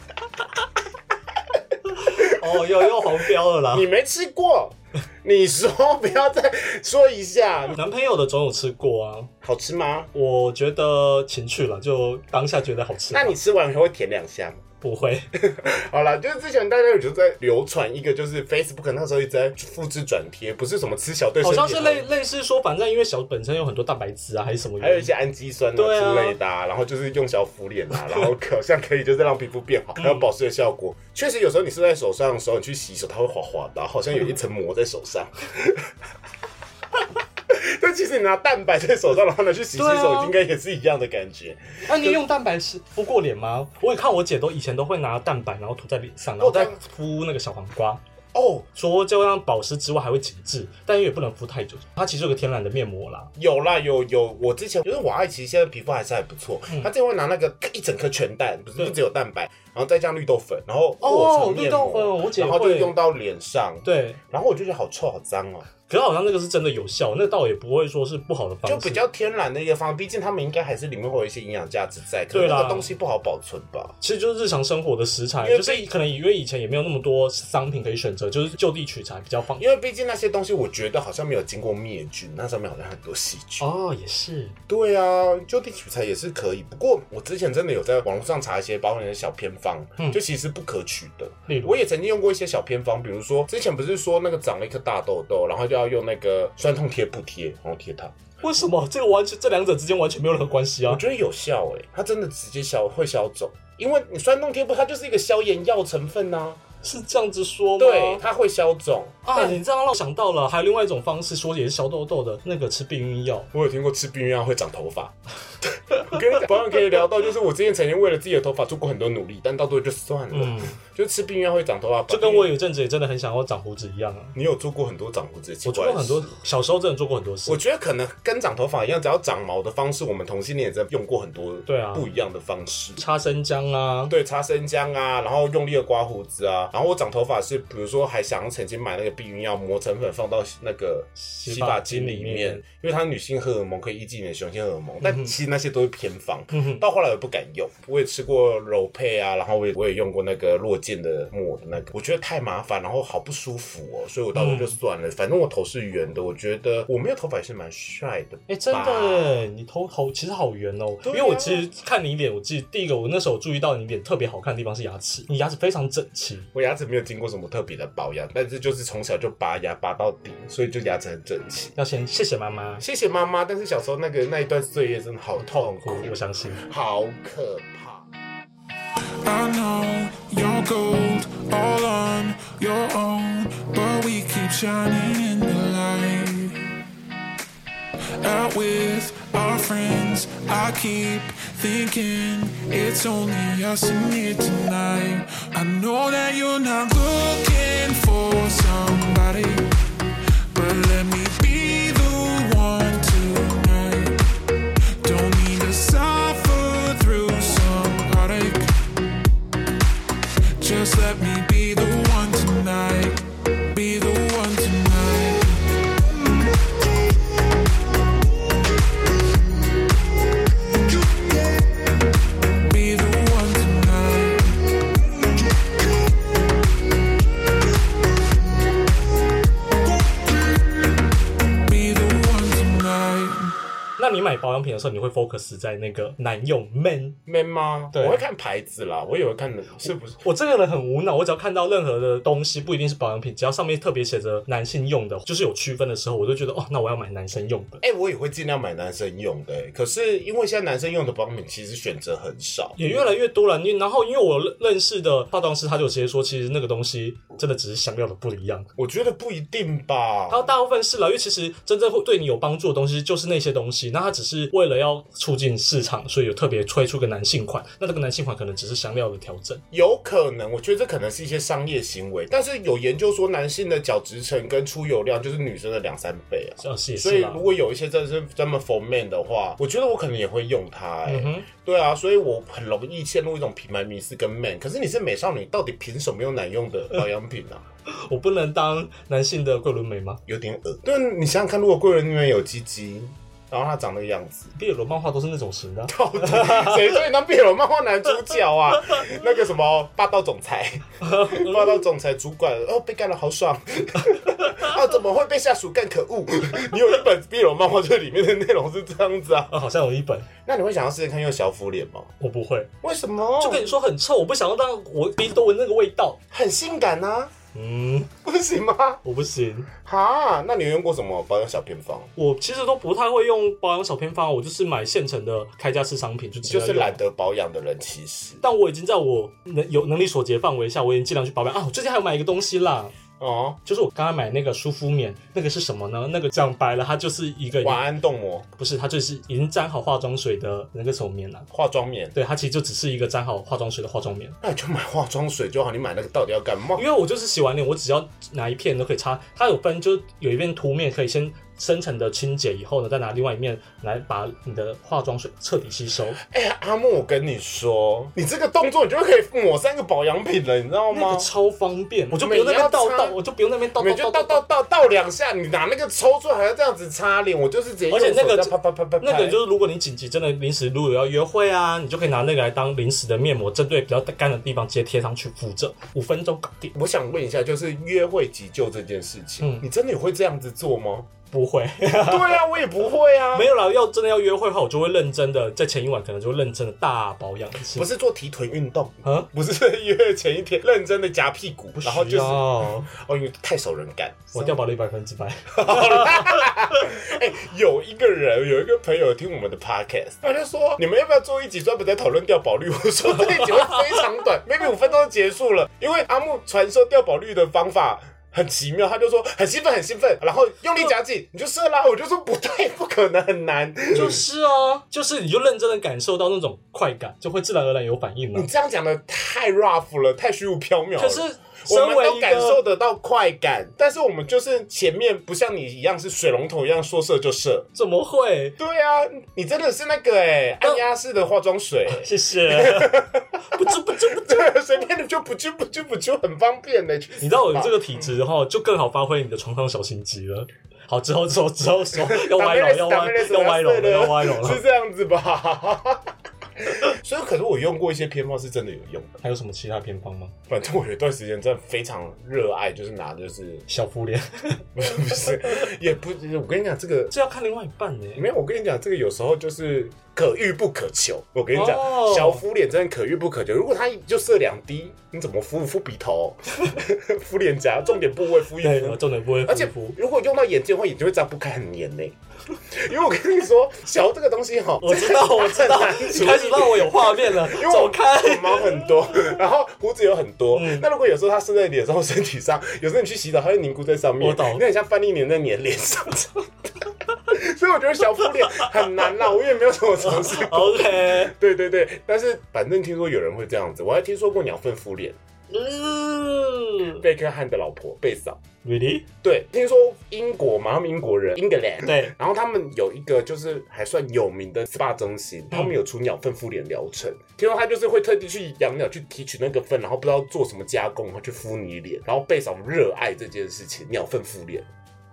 Speaker 2: 哦， [LAUGHS] 又又黄标了啦。
Speaker 1: 你没吃过，你说不要再说一下，
Speaker 2: 男朋友的总有吃过啊，
Speaker 1: 好吃吗？
Speaker 2: 我觉得情趣了，就当下觉得好吃
Speaker 1: 那，你吃完以后会舔两下吗？
Speaker 2: 不会。
Speaker 1: 好啦，就是之前大家有就在流传一个，就是 Facebook 那时候一直在复制转贴，不是什么吃小对身
Speaker 2: 好
Speaker 1: 体
Speaker 2: 像是类类似说，反正因为小本身有很多蛋白质啊，还是什么
Speaker 1: 还有
Speaker 2: 原
Speaker 1: 一
Speaker 2: 因。
Speaker 1: 些氨基酸啊
Speaker 2: 对啊
Speaker 1: 之类的、啊，然后就是用小敷脸啊，然后好像可以就是让皮肤变好，还有保湿的效果。确实有时候你湿在手上的时候，你去洗手，它会滑滑的，啊好像有一层膜在手上。 [LAUGHS] 但其实你拿蛋白在手上，然后拿去洗洗
Speaker 2: 对
Speaker 1: 手，
Speaker 2: 啊
Speaker 1: 应该也是一样的感觉。
Speaker 2: 那、你用蛋白是敷过脸吗？我也看我姐都以前都会拿蛋白，然后涂在脸上，然后再敷那个小黄瓜，
Speaker 1: 哦，
Speaker 2: 说这样保湿之外还会紧致，但也不能敷太久。它其实有个天然的面膜啦，
Speaker 1: 有啦，有有，我之前因为我爱奇现在皮肤还是还不错，她之前会拿那个一整颗全蛋，不
Speaker 2: 嗯
Speaker 1: 是
Speaker 2: 对
Speaker 1: 不只有蛋白，然后再加绿豆粉，然后
Speaker 2: 哦
Speaker 1: 裹成面
Speaker 2: 绿豆
Speaker 1: 膜
Speaker 2: 粉我姐
Speaker 1: 然后就
Speaker 2: 会
Speaker 1: 用到脸上，
Speaker 2: 对。
Speaker 1: 然后我就觉得好臭好脏哦、
Speaker 2: 可是好像那个是真的有效，那倒也不会说是不好的方式，
Speaker 1: 就比较天然的一个方法，毕竟他们应该还是里面会有一些营养价值在，可
Speaker 2: 对
Speaker 1: 能
Speaker 2: 啦
Speaker 1: 那个东西不好保存吧。
Speaker 2: 其实就是日常生活的食材，
Speaker 1: 因为
Speaker 2: 就是可能因为以前也没有那么多商品可以选择，就是就地取材比较方便。
Speaker 1: 因为毕竟那些东西，我觉得好像没有经过灭菌，那上面好像很多细菌。
Speaker 2: 哦，也是，
Speaker 1: 对啊，就地取材也是可以。不过我之前真的有在网络上查一些保养的小偏方，
Speaker 2: 嗯
Speaker 1: 就其实不可取的。
Speaker 2: 例如
Speaker 1: 我也曾经用过一些小偏方，比如说之前不是说那个长了一颗大痘痘，然后就要用那个酸痛贴布贴，然后贴它。
Speaker 2: 为什么这个完全这两者之间完全没有任何关系
Speaker 1: 我
Speaker 2: 啊？
Speaker 1: 觉得有效哎、它真的直接消会消肿，因为你酸痛贴布它就是一个消炎药成分啊呐、
Speaker 2: 是这样子说吗？
Speaker 1: 对，它会消肿。
Speaker 2: 啊，你这样让我想到了，还有另外一种方式说也是消痘痘的那个吃避孕药， [LAUGHS]
Speaker 1: 我有听过吃避孕药会长头发，跟保养可以聊到，就是我之前曾经为了自己的头发做过很多努力，但到最后就算了，
Speaker 2: 嗯，
Speaker 1: 就吃避孕药会长头发，
Speaker 2: 就跟我有一阵子也真的很想要长胡子一样啊。
Speaker 1: 你有做过很多长胡子的奇
Speaker 2: 我做
Speaker 1: 怪
Speaker 2: 过
Speaker 1: 的
Speaker 2: 很
Speaker 1: 事
Speaker 2: 多，小时候真的做过很多事
Speaker 1: 我。觉得可能跟长头发一样，只要长毛的方式，我们同性恋也在用过很多
Speaker 2: 对啊
Speaker 1: 不一样的方式。
Speaker 2: 擦生姜啊，
Speaker 1: 对，擦生姜啊，然后用力的刮胡子啊，然后我长头发是，比如说还想曾经买那个避孕药磨成粉放到那个洗
Speaker 2: 发
Speaker 1: 发
Speaker 2: 精
Speaker 1: 精
Speaker 2: 里
Speaker 1: 里
Speaker 2: 面
Speaker 1: 面，因为它女性荷尔蒙可以抑制你的雄性荷尔蒙，
Speaker 2: 嗯哼
Speaker 1: 但其实那些都是偏方。
Speaker 2: 嗯哼
Speaker 1: 到后来我不敢用，我也吃过柔配啊，然后我也我也用过那个落健的抹的那个，我觉得太麻烦，然后好不舒服哦，所以我到时候就
Speaker 2: 嗯
Speaker 1: 算了，反正我头是圆的，我觉得我没有头发也是蛮帅的吧。
Speaker 2: 哎、真的耶，你头好其实好圆哦、因
Speaker 1: 对啊
Speaker 2: 为我其实看你脸，我记得第一个我那时候注意到你脸特别好看的地方是牙齿，你牙齿非常整齐，
Speaker 1: 我牙齿没有经过什么特别的保养，但是就是从小就拔牙拔到底，所以就牙齿很整齐。
Speaker 2: 要先谢谢妈妈，
Speaker 1: 谢谢妈妈，但是小时候那个那一段岁月真的好痛苦，
Speaker 2: 我相信。
Speaker 1: 好可怕。
Speaker 3: I know you're gold all on your own, but we keep shining in the light. Out with our friends, I keep thinking it's only us in here tonight. I know that you're not looking for somebody, but let me be the one tonight. Don't need to suffer through some heartache. Just let me be the one tonight. Be the one tonight. Be the one tonight. Be the one tonight.
Speaker 2: 那你买保养品的时候，你会 focus 在那个男用 man？
Speaker 1: man 吗？
Speaker 2: 对
Speaker 1: 我会看牌子啦，我也会看的是不是
Speaker 2: 我这个人很无脑，我只要看到任何的东西，不一定是保养品，只要上面特别写着男性用的，就是有区分的时候，我就觉得哦，那我要买男生用 [LAUGHS] 的，
Speaker 1: 哎、我也会尽量买男生用的、欸可是因为现在男生用的保养品其实选择很少，
Speaker 2: 也越来越多了。你然后因为我认认识的化妆师，他就直接说，其实那个东西真的只是香料的不一样。
Speaker 1: 我觉得不一定吧
Speaker 2: 然。后大部分是了，因为其实真正会对你有帮助的东西就是那些东西，那它只是为了要促进市场，所以有特别推出个男性款。那这个男性款可能只是香料的调整，
Speaker 1: 有可能，我觉得这可能是一些商业行为，但是有研究说男性的角质层跟出油量就是女生的两三倍啊。
Speaker 2: 呃，是 [LAUGHS] 也
Speaker 1: 所
Speaker 2: 是
Speaker 1: 以
Speaker 2: 啦
Speaker 1: 如。果有一些真的是专门 for man 的话，我觉得我可能也会用它、欸。
Speaker 2: 嗯哼，
Speaker 1: 对啊，所以我很容易陷入一种品牌迷思跟 man。可是你是美少女，到底凭什么用男用的保养
Speaker 2: [LAUGHS]
Speaker 1: 品呢、啊？
Speaker 2: 我不能当男性的桂纶镁吗？ [LAUGHS]
Speaker 1: 有点恶。对，你想想看，如果贵人里面有鸡鸡，然后他长那个样
Speaker 2: [LAUGHS]
Speaker 1: 子，
Speaker 2: 毕业罗漫画都是那种型的 [LAUGHS] 啊、
Speaker 1: 到底谁最当变有漫画男主
Speaker 2: [LAUGHS]
Speaker 1: 角啊？那个什么霸道总裁，霸道总裁主管哦，被干了
Speaker 2: [LAUGHS]
Speaker 1: 好爽。啊，怎么会被下属干？可恶！你有一本 BL 漫画，这里面的内容是这样子啊？
Speaker 2: 啊，好像有一本，
Speaker 1: 那你会想要试试看用小腹脸吗？
Speaker 2: 我不会，
Speaker 1: 为什么？
Speaker 2: 就跟你说很臭，我不想要让我鼻子都闻那个味道。
Speaker 1: 很性感啊，
Speaker 2: 嗯，
Speaker 1: 不行吗？
Speaker 2: 我不行，
Speaker 1: 哈，那你有用过什么保养小偏方？
Speaker 2: 我其实都不太会用保养小偏方，我就是买现成的开价式商品，就直接
Speaker 1: 就是
Speaker 2: 用
Speaker 1: 懒得保养的人，其实
Speaker 2: 但我已经在我能有能力所及的范围下，我已经尽量去保养啊。我最近还有买一个东西啦，
Speaker 1: 哦，
Speaker 2: 就是我刚刚买那个舒肤棉，那个是什么呢？那个讲白了，它就是一个
Speaker 1: 晚安冻膜、
Speaker 2: 不是，它就是已经沾好化妆水的那个什么棉了、
Speaker 1: 化妆棉，
Speaker 2: 对，它其实就只是一个沾好化妆水的化妆棉。
Speaker 1: 那你就买化妆水就好。你买那个到底要干嘛
Speaker 2: 因？为我就是洗完脸，我只要拿一片都可以擦。它有分，就有一片涂面可以先深层的清洁，以后呢，再拿另外一面来把你的化妆水彻底吸收。
Speaker 1: 哎、呀，阿木，我跟你说，你这个动作你就可以抹三个保养品了，你知道
Speaker 2: 那
Speaker 1: 吗
Speaker 2: 个？超方便，我就不用那边倒
Speaker 1: 每
Speaker 2: 倒，
Speaker 1: 要擦
Speaker 2: 我就不用那边倒
Speaker 1: 你
Speaker 2: 倒
Speaker 1: 就
Speaker 2: 倒
Speaker 1: 倒倒倒倒两下，你拿那个抽出来还要这样子擦脸，我就是直接
Speaker 2: 而且
Speaker 1: 用手
Speaker 2: 那个
Speaker 1: 这样啪啪啪啪啪，
Speaker 2: 那个就是，如果你紧急真的临时如果要约会啊，你就可以拿那个来当临时的面膜，针对比较干的地方直接贴上去敷着，五分钟搞定。
Speaker 1: 我想问一下，就是约会急救这件事情，
Speaker 2: 嗯
Speaker 1: 你真的有会这样子做吗？
Speaker 2: 不会， [LAUGHS]
Speaker 1: [LAUGHS] 对啊，我也不会啊，
Speaker 2: 没有啦。要真的要约会的话，我就会认真的在前一晚可能就会认真的大保养一次。
Speaker 1: 不是做提臀运动，
Speaker 2: 啊，
Speaker 1: 不是约前一天认真的夹屁股，然后就是
Speaker 2: 需要
Speaker 1: 哦，因为太少人干。
Speaker 2: 我掉保了一百分之百。
Speaker 1: 哎、有一个人，有一个朋友听我们的 podcast，他就说你们要不要做一集专门在讨论掉保率？我说
Speaker 2: [LAUGHS]
Speaker 1: 这一集会非常短，maybe 五分钟就结束了，因为阿木传授掉保率的方法。很奇妙，他就说很兴奋很兴奋，然后用力
Speaker 2: [LAUGHS]
Speaker 1: 夹紧，你就射啦。我就说不对，不可能，很难。
Speaker 2: [LAUGHS] 就是啊，就是你就认真的感受到那种快感，就会自然而然有反应了
Speaker 1: 你。这样讲的太 rough 了，太虚无缥缈了。
Speaker 2: 可是
Speaker 1: 我
Speaker 2: 身
Speaker 1: 们
Speaker 2: 为
Speaker 1: 都
Speaker 2: 一
Speaker 1: 感受
Speaker 2: 个
Speaker 1: 得到快感，但是我们就是前面不像你一样是水龙头一样说射就射。
Speaker 2: 怎么会？
Speaker 1: [LAUGHS] 对啊，你真的是那个哎、
Speaker 2: 那
Speaker 1: 按压式的化
Speaker 2: [LAUGHS]
Speaker 1: 妆水、
Speaker 2: 谢谢。不知不知不知，
Speaker 1: [LAUGHS] 随便的就不就不就不就很方便的、
Speaker 2: 你知道我这个
Speaker 1: 个
Speaker 2: 体质哈，就更好发挥你的床上小心机了。好，之后之后之后之
Speaker 1: [LAUGHS]
Speaker 2: 后要
Speaker 1: 打
Speaker 2: 歪
Speaker 1: 没
Speaker 2: 楼
Speaker 1: 人
Speaker 2: 要
Speaker 1: 打
Speaker 2: 歪
Speaker 1: 没人
Speaker 2: 要歪楼了要歪楼
Speaker 1: [LAUGHS] 是
Speaker 2: 了。 [LAUGHS]
Speaker 1: 这样子吧？ [LAUGHS] 所以，可是我用过一些偏方是真的有用的。
Speaker 2: 还有什么其他偏方吗？
Speaker 1: 反正我有一段时间真的非常热爱，就是拿就是
Speaker 2: 小敷脸， [LAUGHS]
Speaker 1: 不是不是，也不是。我跟你讲，这个
Speaker 2: 这要看另外一半呢。
Speaker 1: 没有，我跟你讲，这个有时候就是可遇不可求。我跟你讲
Speaker 2: 哦
Speaker 1: 小敷脸真的可遇不可求。如果他就射两滴，你怎么敷？敷鼻头，敷脸颊，重点部位敷一
Speaker 2: 对，
Speaker 1: 敷
Speaker 2: 我。重点不会
Speaker 1: 而且
Speaker 2: 敷，
Speaker 1: 如果用到眼睛的话，眼睛会张不开，很黏呢、因为我跟你说，小这个东西哈，
Speaker 2: 我知道我知
Speaker 1: [LAUGHS]
Speaker 2: 道，你开始让我有画面了，
Speaker 1: 因为我
Speaker 2: 走开。
Speaker 1: 我毛很多， [LAUGHS] 然后胡子有很多。
Speaker 2: 嗯
Speaker 1: 那如果有时候它 [LAUGHS] 射在脸上或身体上，有时候你去洗澡，它会凝固在上面，
Speaker 2: 我懂
Speaker 1: 那很像范丽莲在你的脸上。 [LAUGHS] 所以我觉得小敷脸很难啦，我也没有什么尝试
Speaker 2: [LAUGHS]
Speaker 1: 过。
Speaker 2: OK，
Speaker 1: 对对对，但是反正听说有人会这样子，我还听说过鸟粪敷脸，
Speaker 2: 嗯
Speaker 1: 贝克汉的老婆贝嫂。
Speaker 2: ，Really？
Speaker 1: 对，听说英国嘛，他们英国人，England，
Speaker 2: 对
Speaker 1: 然后他们有一个就是还算有名的 SPA 中心，
Speaker 2: 嗯
Speaker 1: 他们有出鸟粪敷脸疗程。听说他就是会特地去养鸟去提取那个粪，然后不知道做什么加工，然后去敷你脸。然后贝嫂热爱这件事情，鸟粪敷脸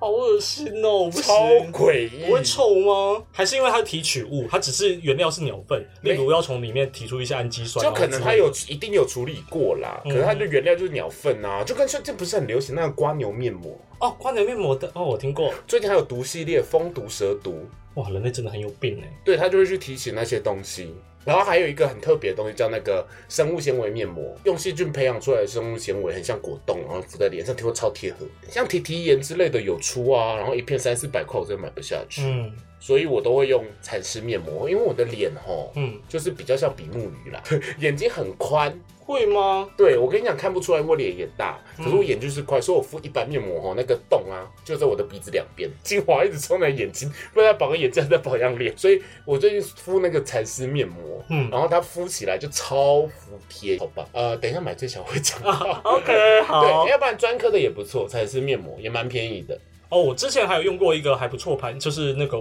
Speaker 2: 好恶心哦，我不
Speaker 1: 超
Speaker 2: 行。
Speaker 1: 诡异，
Speaker 2: 不会臭吗？还是因为它提取物，它只是原料是鸟粪，
Speaker 1: 没
Speaker 2: 例如要从里面提出一些氨基酸，
Speaker 1: 就可能
Speaker 2: 然后
Speaker 1: 他
Speaker 2: 之类的嗯
Speaker 1: 有一定有处理过啦，可是他的原料就是鸟粪啊，就跟现这不是很流行那个瓜牛面膜，
Speaker 2: 哦，关联面膜的哦，我听过。
Speaker 1: 最近还有毒系列蜂毒蛇毒，
Speaker 2: 哇，人类真的很有病哎！
Speaker 1: 对他就会去提起那些东西。然后还有一个很特别的东西叫那个生物纤维面膜，用细菌培养出来的生物纤维很像果冻，然后敷在脸上，听说超贴合。像提提盐之类的有出啊，然后一片三四百块，我真的买不下去，
Speaker 2: 嗯
Speaker 1: 所以我都会用蚕丝面膜，因为我的脸吼，
Speaker 2: 嗯，
Speaker 1: 就是比较像比目鱼啦， [LAUGHS] 眼睛很宽。
Speaker 2: 会吗？
Speaker 1: 对我跟你讲，看不出来我脸也大，
Speaker 2: 嗯
Speaker 1: 可是我眼就是宽，所以我敷一般面膜吼，那个洞啊就在我的鼻子两边， [LAUGHS] 精华一直冲在眼睛，不然保个眼睛还在保养脸，所以我最近敷那个蚕丝面膜，
Speaker 2: 嗯
Speaker 1: 然后它敷起来就超服帖，好吧？呃，等一下买最小会讲到。 [LAUGHS]
Speaker 2: OK，好
Speaker 1: 对，。要不然专科的也不错，蚕丝面膜也蛮便宜
Speaker 2: [LAUGHS]
Speaker 1: 的。
Speaker 2: 哦，我之前还有用过一个还不错牌，就是那个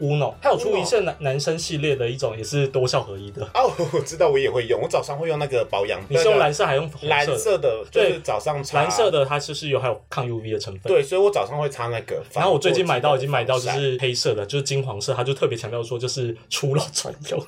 Speaker 2: Uno，它有出一些男男生系列的一种，也是多效合一的。
Speaker 1: 哦，我知道，我也会用，我早上会用那个保养，
Speaker 2: 你是用蓝色还用红色的？
Speaker 1: 蓝色的，就
Speaker 2: 对
Speaker 1: 是早上擦
Speaker 2: 蓝色的它就是有还有抗 UV 的成分。。
Speaker 1: 对，所以我早上会擦那个。
Speaker 2: 然后我最近买到已经买到就
Speaker 1: 防晒
Speaker 2: 是黑色的，就是金黄色，它就特别强调说就是初老专 [LAUGHS] 用。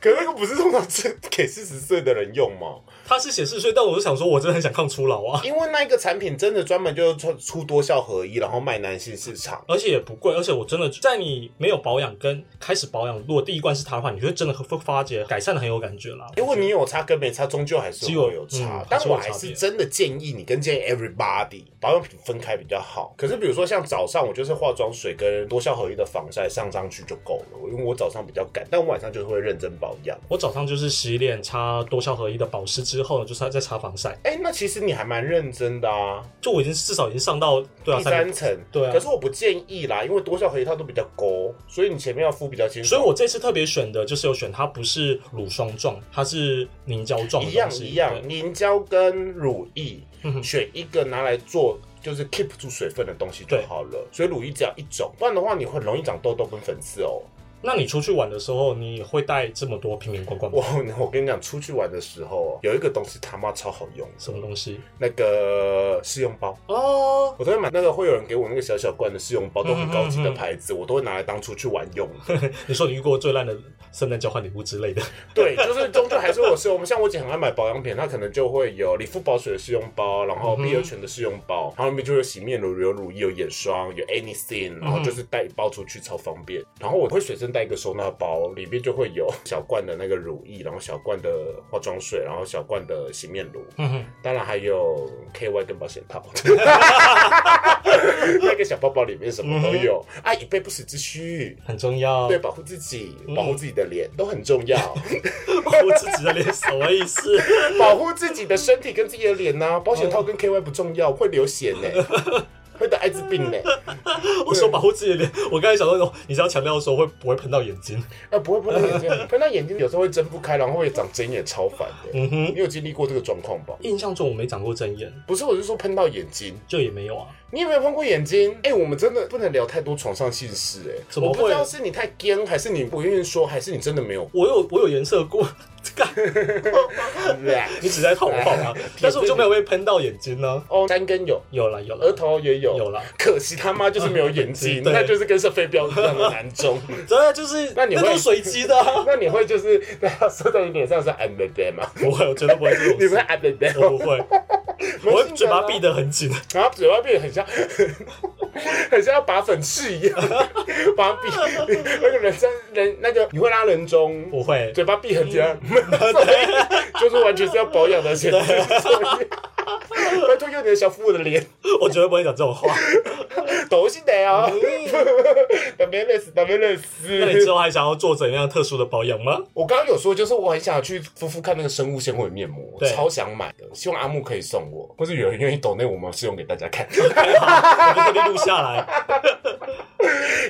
Speaker 1: 可那个不是通常是给四十岁的人用吗？
Speaker 2: 它是显示所以但我就想说，我真的很想抗初老啊，
Speaker 1: 因为那一个产品真的专门就出出多效合一，然后卖男性市场。
Speaker 2: 而且也不贵，而且我真的在你没有保养跟开始保养，如果第一罐是它的话，你会真的会发觉改善的很有感觉啦。
Speaker 1: 因为你有差跟没差，终究还是会有
Speaker 2: 只有
Speaker 1: 差。
Speaker 2: 嗯
Speaker 1: 但我
Speaker 2: 还是
Speaker 1: 还
Speaker 2: 有差别
Speaker 1: 是真的建议你跟建议 everybody 保养品分开比较好。可是比如说像早上，我就是化妆水跟多效合一的防晒上上去就够了，因为我早上比较赶，但我晚上就是会认真保养。
Speaker 2: 我早上就是洗脸擦多效合一的保湿之后呢，就是再擦防晒，
Speaker 1: 哎、那其实你还蛮认真的啊，
Speaker 2: 就我已经至少已经上到对啊
Speaker 1: 第三
Speaker 2: 三，
Speaker 1: 层。
Speaker 2: 对啊
Speaker 1: 可是我不建议啦，因为多效合一它都比较勾，所以你前面要敷比较清楚。
Speaker 2: 所以我这次特别选的就是有选它不是乳霜状，它是凝胶状的
Speaker 1: 一样
Speaker 2: 东西
Speaker 1: 一样，
Speaker 2: 对嗯
Speaker 1: 凝胶跟乳液
Speaker 2: 哼
Speaker 1: 选一个拿来做。就是 keep 住水分的东西就
Speaker 2: 对
Speaker 1: 好了，所以乳液只要一种，不然的话你会容易长痘痘跟粉刺哦。
Speaker 2: 那你出去玩的时候，你会带这么多瓶瓶罐罐吗
Speaker 1: 我？ [LAUGHS] 我跟你讲，出去玩的时候哦有一个东西他妈超好用，
Speaker 2: 什么东西？
Speaker 1: 那个试用包，
Speaker 2: 哦，
Speaker 1: 我都会买那个会有人给我那个小小罐的试用包，都很高
Speaker 2: 嗯
Speaker 1: 级的牌子，我都会拿来当出去玩用。
Speaker 2: 你说你遇过最烂的圣诞交换礼物之类的，
Speaker 1: 对，就是终究还是我试用。像我姐很爱买保养品，她可能就会有理肤宝水的试用包，然后碧螺泉的试用包，然后里面就有洗面乳、有乳液、有眼霜、有 anything，然后就是带一包出去超方便。然后我会随身身带一个收纳包，里面就会有小罐的那个乳液，然后小罐的化妆水，然后小罐的洗面乳，
Speaker 2: 嗯哼，
Speaker 1: 当然还有 KY 跟保险套， [LAUGHS] 那个小包包里面什么都有，啊，以备不时之需。
Speaker 2: 很重要。
Speaker 1: 对，，保护自己，保护自己的脸、都很重要，
Speaker 2: 我自己的脸什么意 [LAUGHS] 思？
Speaker 1: 保护自己的身体跟自己的脸
Speaker 2: 哦
Speaker 1: 呐、保险套跟 KY 不重要，会流血呢，
Speaker 2: [LAUGHS]
Speaker 1: 会得艾滋病呢。
Speaker 2: 我说保护自己的脸，我刚才想到，你只要强调说会不会喷到眼睛？
Speaker 1: 啊，不会喷到眼睛，喷到眼睛有时候会睁不开，然后会长针眼，超烦的。
Speaker 2: 嗯哼
Speaker 1: 你有经历过这个状况吧？
Speaker 2: 印象中我没长过真眼，
Speaker 1: 不是，我是说喷到眼睛，
Speaker 2: 就也没有啊。
Speaker 1: 你有没有碰过眼睛？哎、我们真的不能聊太多床上性事、哎，
Speaker 2: 怎么
Speaker 1: 我
Speaker 2: 会
Speaker 1: 不知道是你太奸，还是你不愿意说，还是你真的
Speaker 2: [LAUGHS]。
Speaker 1: 没有
Speaker 2: 我有我有颜色过， [LAUGHS] 干你只在套我话 [LAUGHS] 啊！但是我就没有被喷到眼睛呢、
Speaker 1: 哦，三根有，
Speaker 2: 有了有了，
Speaker 1: 额头也有，
Speaker 2: 有啦。
Speaker 1: 可惜他妈就是没有眼睛，
Speaker 2: [LAUGHS] 对
Speaker 1: 那就是跟射飞镖一样的难中。
Speaker 2: 真的就是
Speaker 1: 那你会
Speaker 2: 都是随机的、啊。
Speaker 1: [LAUGHS] 那你会就是那射在你脸上是 I'm the d a 吗？
Speaker 2: [LAUGHS] 不会，我绝对不会这种
Speaker 1: 你不是
Speaker 2: 事，
Speaker 1: I'm the d a
Speaker 2: [LAUGHS] 我不会，我会
Speaker 1: 性
Speaker 2: 嘴
Speaker 1: 格
Speaker 2: 巴
Speaker 1: 吗
Speaker 2: 闭得很紧。
Speaker 1: 然后嘴巴变得很像， [LAUGHS] 很像要拔粉刺一样，把
Speaker 2: [LAUGHS]
Speaker 1: 它闭。那个人像人那个你会拉人中，
Speaker 2: 我 [LAUGHS] 嗯会，
Speaker 1: 嘴巴闭很紧， [LAUGHS] 就是完全是要保养的前提。
Speaker 2: [LAUGHS]
Speaker 1: [LAUGHS] 拜托用你的小腹我的脸，
Speaker 2: 我绝对不会讲这种 [LAUGHS] 话。
Speaker 1: 都是得哦。打没认识，打没认
Speaker 2: 那你之
Speaker 1: 识。
Speaker 2: 后还想要做怎样特殊的保养吗？ [LAUGHS]
Speaker 1: 我刚刚有说，就是我很想去敷敷看那个生物纤维面膜，
Speaker 2: 对
Speaker 1: 超想买的，希望阿木可以送我，或是有人愿意抖内，我们试用给大家看。
Speaker 2: 我就特地录下来。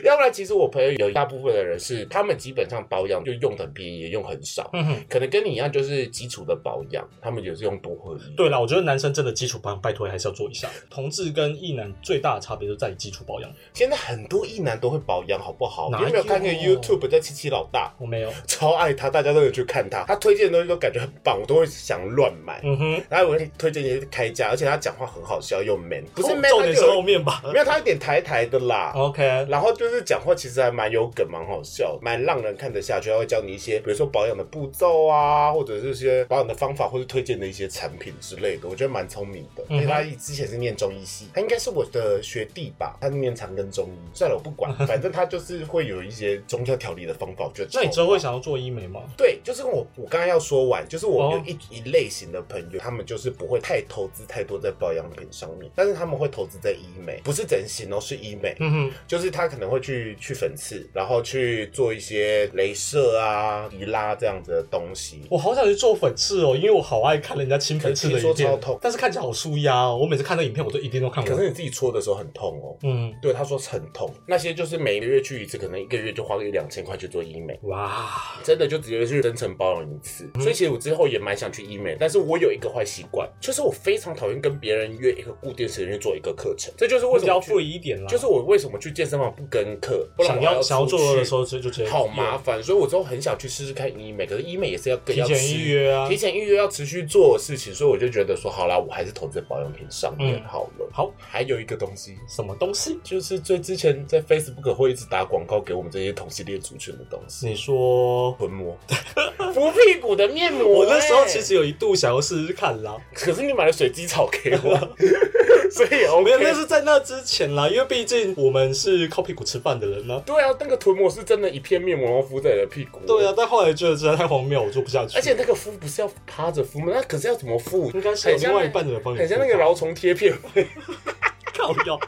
Speaker 1: 要不然，其实我朋友有一大部分的人是，他们基本上保养就用的很便宜，也用很少，
Speaker 2: 嗯哼，
Speaker 1: 可能跟你一样，就是基础的保养，他们也是用多合一。
Speaker 2: 对啦，我觉得男生真的基础保养，拜托还是要做一下。同志跟异男最大的差别就在于基础保养。
Speaker 1: 现在很多异男都会保养，好不好？
Speaker 2: 哪
Speaker 1: 你有没有看那个
Speaker 2: 有
Speaker 1: YouTube 叫七七老大？
Speaker 2: 我没有。
Speaker 1: 超爱他，大家都有去看他，他推荐的东西都感觉很棒，我都会想乱买。
Speaker 2: 嗯哼，
Speaker 1: 然后我会推荐一些开价，而且他讲话很好笑又 man，不是
Speaker 2: 重
Speaker 1: man，
Speaker 2: 哦重点
Speaker 1: 他
Speaker 2: 是哦
Speaker 1: 就有
Speaker 2: 后面吧。
Speaker 1: 没有他有点台台的啦。
Speaker 2: OK，
Speaker 1: 然后就是讲话其实还蛮有梗，蛮好笑，蛮让人看得下去。他会教你一些，比如说保养的步骤啊，或者是一些保养的方法，或是推荐的一些产品之类的。我觉得蛮聪明的，
Speaker 2: 嗯
Speaker 1: 因为他之前是念中医系，他应该是我的学弟吧，他是念长庚中医。算了，我
Speaker 2: [LAUGHS]
Speaker 1: 不管，反正他就是会有一些中药调理的方法。我觉得
Speaker 2: 那你之
Speaker 1: 超
Speaker 2: 后
Speaker 1: 棒
Speaker 2: 会想要做医美吗？
Speaker 1: 对，就是我我刚刚要说完，就是我有
Speaker 2: 哦
Speaker 1: 一、一类型的朋友，他们就是不会太投资太多在保养品上面，但是他们会投资在医美，不是整形哦，是医美。
Speaker 2: 嗯哼，
Speaker 1: 就是他可能会去去粉刺，然后去做一些镭射啊、提拉这样子的东西。
Speaker 2: 我好想去做粉刺哦，因为我好爱看人家清粉刺的影
Speaker 1: 可是听说超
Speaker 2: 片
Speaker 1: 痛，
Speaker 2: 但是看起来好舒压哦。我每次看那影片，我都一定都看
Speaker 1: 可
Speaker 2: 完。
Speaker 1: 是你自己搓的时候很痛哦。
Speaker 2: 嗯，
Speaker 1: 对，他说是很痛。那些就是每个月去一次，可能一个月就花个一两千块去做医美，
Speaker 2: 哇，
Speaker 1: 真的就直接去深层包容一次。所以其实我之后也蛮想去医美，但是我有一个坏习惯，就是我非常讨厌跟别人约一个固定时间去做一个课程。这就是为
Speaker 2: 我
Speaker 1: 什
Speaker 2: 比
Speaker 1: 么
Speaker 2: 较
Speaker 1: 我去
Speaker 2: 富裕一点啦，
Speaker 1: 就是我为什么去健身房不跟课，不然
Speaker 2: 想
Speaker 1: 我
Speaker 2: 要想要
Speaker 1: 出
Speaker 2: 做的
Speaker 1: 去
Speaker 2: 时候就就直接
Speaker 1: 好麻烦，所以我之后很想去试试看医美，可是医美也是要更
Speaker 2: 提
Speaker 1: 要
Speaker 2: 前
Speaker 1: 持
Speaker 2: 预约啊
Speaker 1: 提前预约要持续做的事情，所以我就觉得说，好啦，我还是投资在保养品上面
Speaker 2: 嗯
Speaker 1: 好了。
Speaker 2: 好，
Speaker 1: 还有一个东西，
Speaker 2: 什么东西？
Speaker 1: 就是最之前在 Facebook 会一直打广告给我们这些同性恋族群的东西，
Speaker 2: 你说，
Speaker 1: 臀膜、
Speaker 2: [LAUGHS]
Speaker 1: 敷屁股的面膜、
Speaker 2: 我那时候
Speaker 1: 欸
Speaker 2: 其实，有一度想要试试看啦，
Speaker 1: 可是你买了水鸡草给
Speaker 2: [LAUGHS]
Speaker 1: 我，所以啊 OK，
Speaker 2: 没有，那是在那之前啦，因为毕竟我们是靠屁股吃饭的人呢、
Speaker 1: 对啊，那个臀膜是真的一片面膜，然后敷在你的屁股。
Speaker 2: 对啊，但后来觉得实在太荒谬，我做不下去。
Speaker 1: 而且那个敷不是要趴着敷吗？那可是要怎么敷？
Speaker 2: 应该是有
Speaker 1: 很像
Speaker 2: 另外
Speaker 1: 那
Speaker 2: 一半的人帮哦你
Speaker 1: 很像那个
Speaker 2: 敷吧
Speaker 1: 蛲虫贴片， [LAUGHS]
Speaker 2: 靠腰，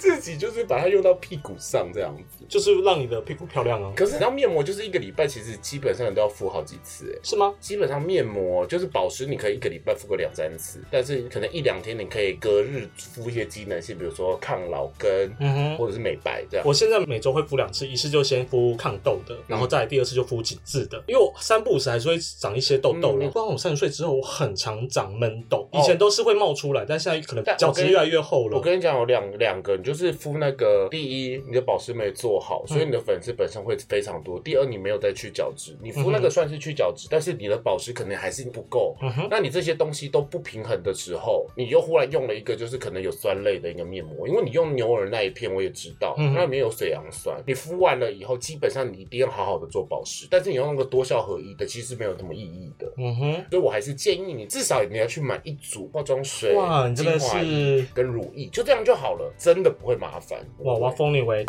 Speaker 1: 自己就是把它用到屁股上这样子。
Speaker 2: 就是让你的屁股漂亮啊，
Speaker 1: 可是你知道面膜就是一个礼拜，其实基本上你都要敷好几次、欸。
Speaker 2: 是吗？
Speaker 1: 基本上面膜就是保湿，你可以一个礼拜敷个两三次，但是可能一两天你可以隔日敷一些机能性，比如说抗老跟、
Speaker 2: 嗯哼。
Speaker 1: 或者是美白这样。
Speaker 2: 我现在每周会敷两次，一次就先敷抗痘
Speaker 1: 嗯
Speaker 2: 的，然后再来第二次就敷紧致的，因为我三不五时还是会长一些痘痘
Speaker 1: 嗯
Speaker 2: 啦。
Speaker 1: 嗯
Speaker 2: 不然我三十岁之后，我很常长闷痘，
Speaker 1: 哦
Speaker 2: 以前都是会冒出来，但现在可能
Speaker 1: 但我
Speaker 2: 角
Speaker 1: 跟
Speaker 2: 质越来越厚了
Speaker 1: 我。跟你讲，有两两个，你就是敷那个，第一，你的保湿没做好，所以
Speaker 2: 嗯
Speaker 1: 你的粉刺本身会非常多；第二，你没有再去角质，你敷那个算是去角质，但是你的保湿可能还是不够。
Speaker 2: 嗯哼
Speaker 1: 那你这些东西都不平衡的时候，你又忽然用了一个就是可能有酸类的一个面膜，因为你用牛耳那一片我也知道，
Speaker 2: 嗯
Speaker 1: 那里面有水杨酸，你敷完了以后，基本上你一定要好好的做保湿，但是你用那个多效合一的，其实没有什么意义的。
Speaker 2: 嗯哼，
Speaker 1: 所以我还是建议你至少你要去买一组化妆水、
Speaker 2: 哇，你真的
Speaker 1: 精华液
Speaker 2: 是
Speaker 1: 跟乳液，就这样就好了，真的不会麻烦。
Speaker 2: 哇，我要封你为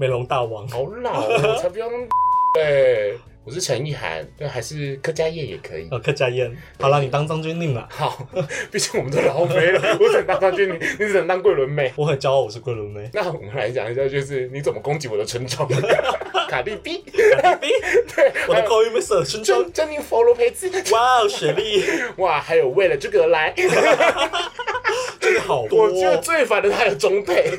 Speaker 2: 美容大王。
Speaker 1: 好
Speaker 2: [LAUGHS]
Speaker 1: 老哦，我才不要那么 [LAUGHS] 对，我是陈意涵，对，还是柯佳燕也可以。
Speaker 2: 呃，客家宴，好啦，你当张钧甯啦，
Speaker 1: 好，毕竟我们都老没了，我只能当张君你，你只能当桂纶镁。 [LAUGHS]
Speaker 2: 我很骄傲，我是桂纶镁。
Speaker 1: 那我们来讲一下，就是你怎么攻击我的村庄？卡利比，
Speaker 2: [LAUGHS] 我的口音没色，春
Speaker 1: 珍
Speaker 2: 装。
Speaker 1: 珍妮佛罗培兹，
Speaker 2: 哇哦，雪莉， [LAUGHS]
Speaker 1: 哇，还有为了这个而来，
Speaker 2: 这个好多
Speaker 1: [LAUGHS] 我觉得
Speaker 2: 哦。
Speaker 1: 最烦的是他的中配，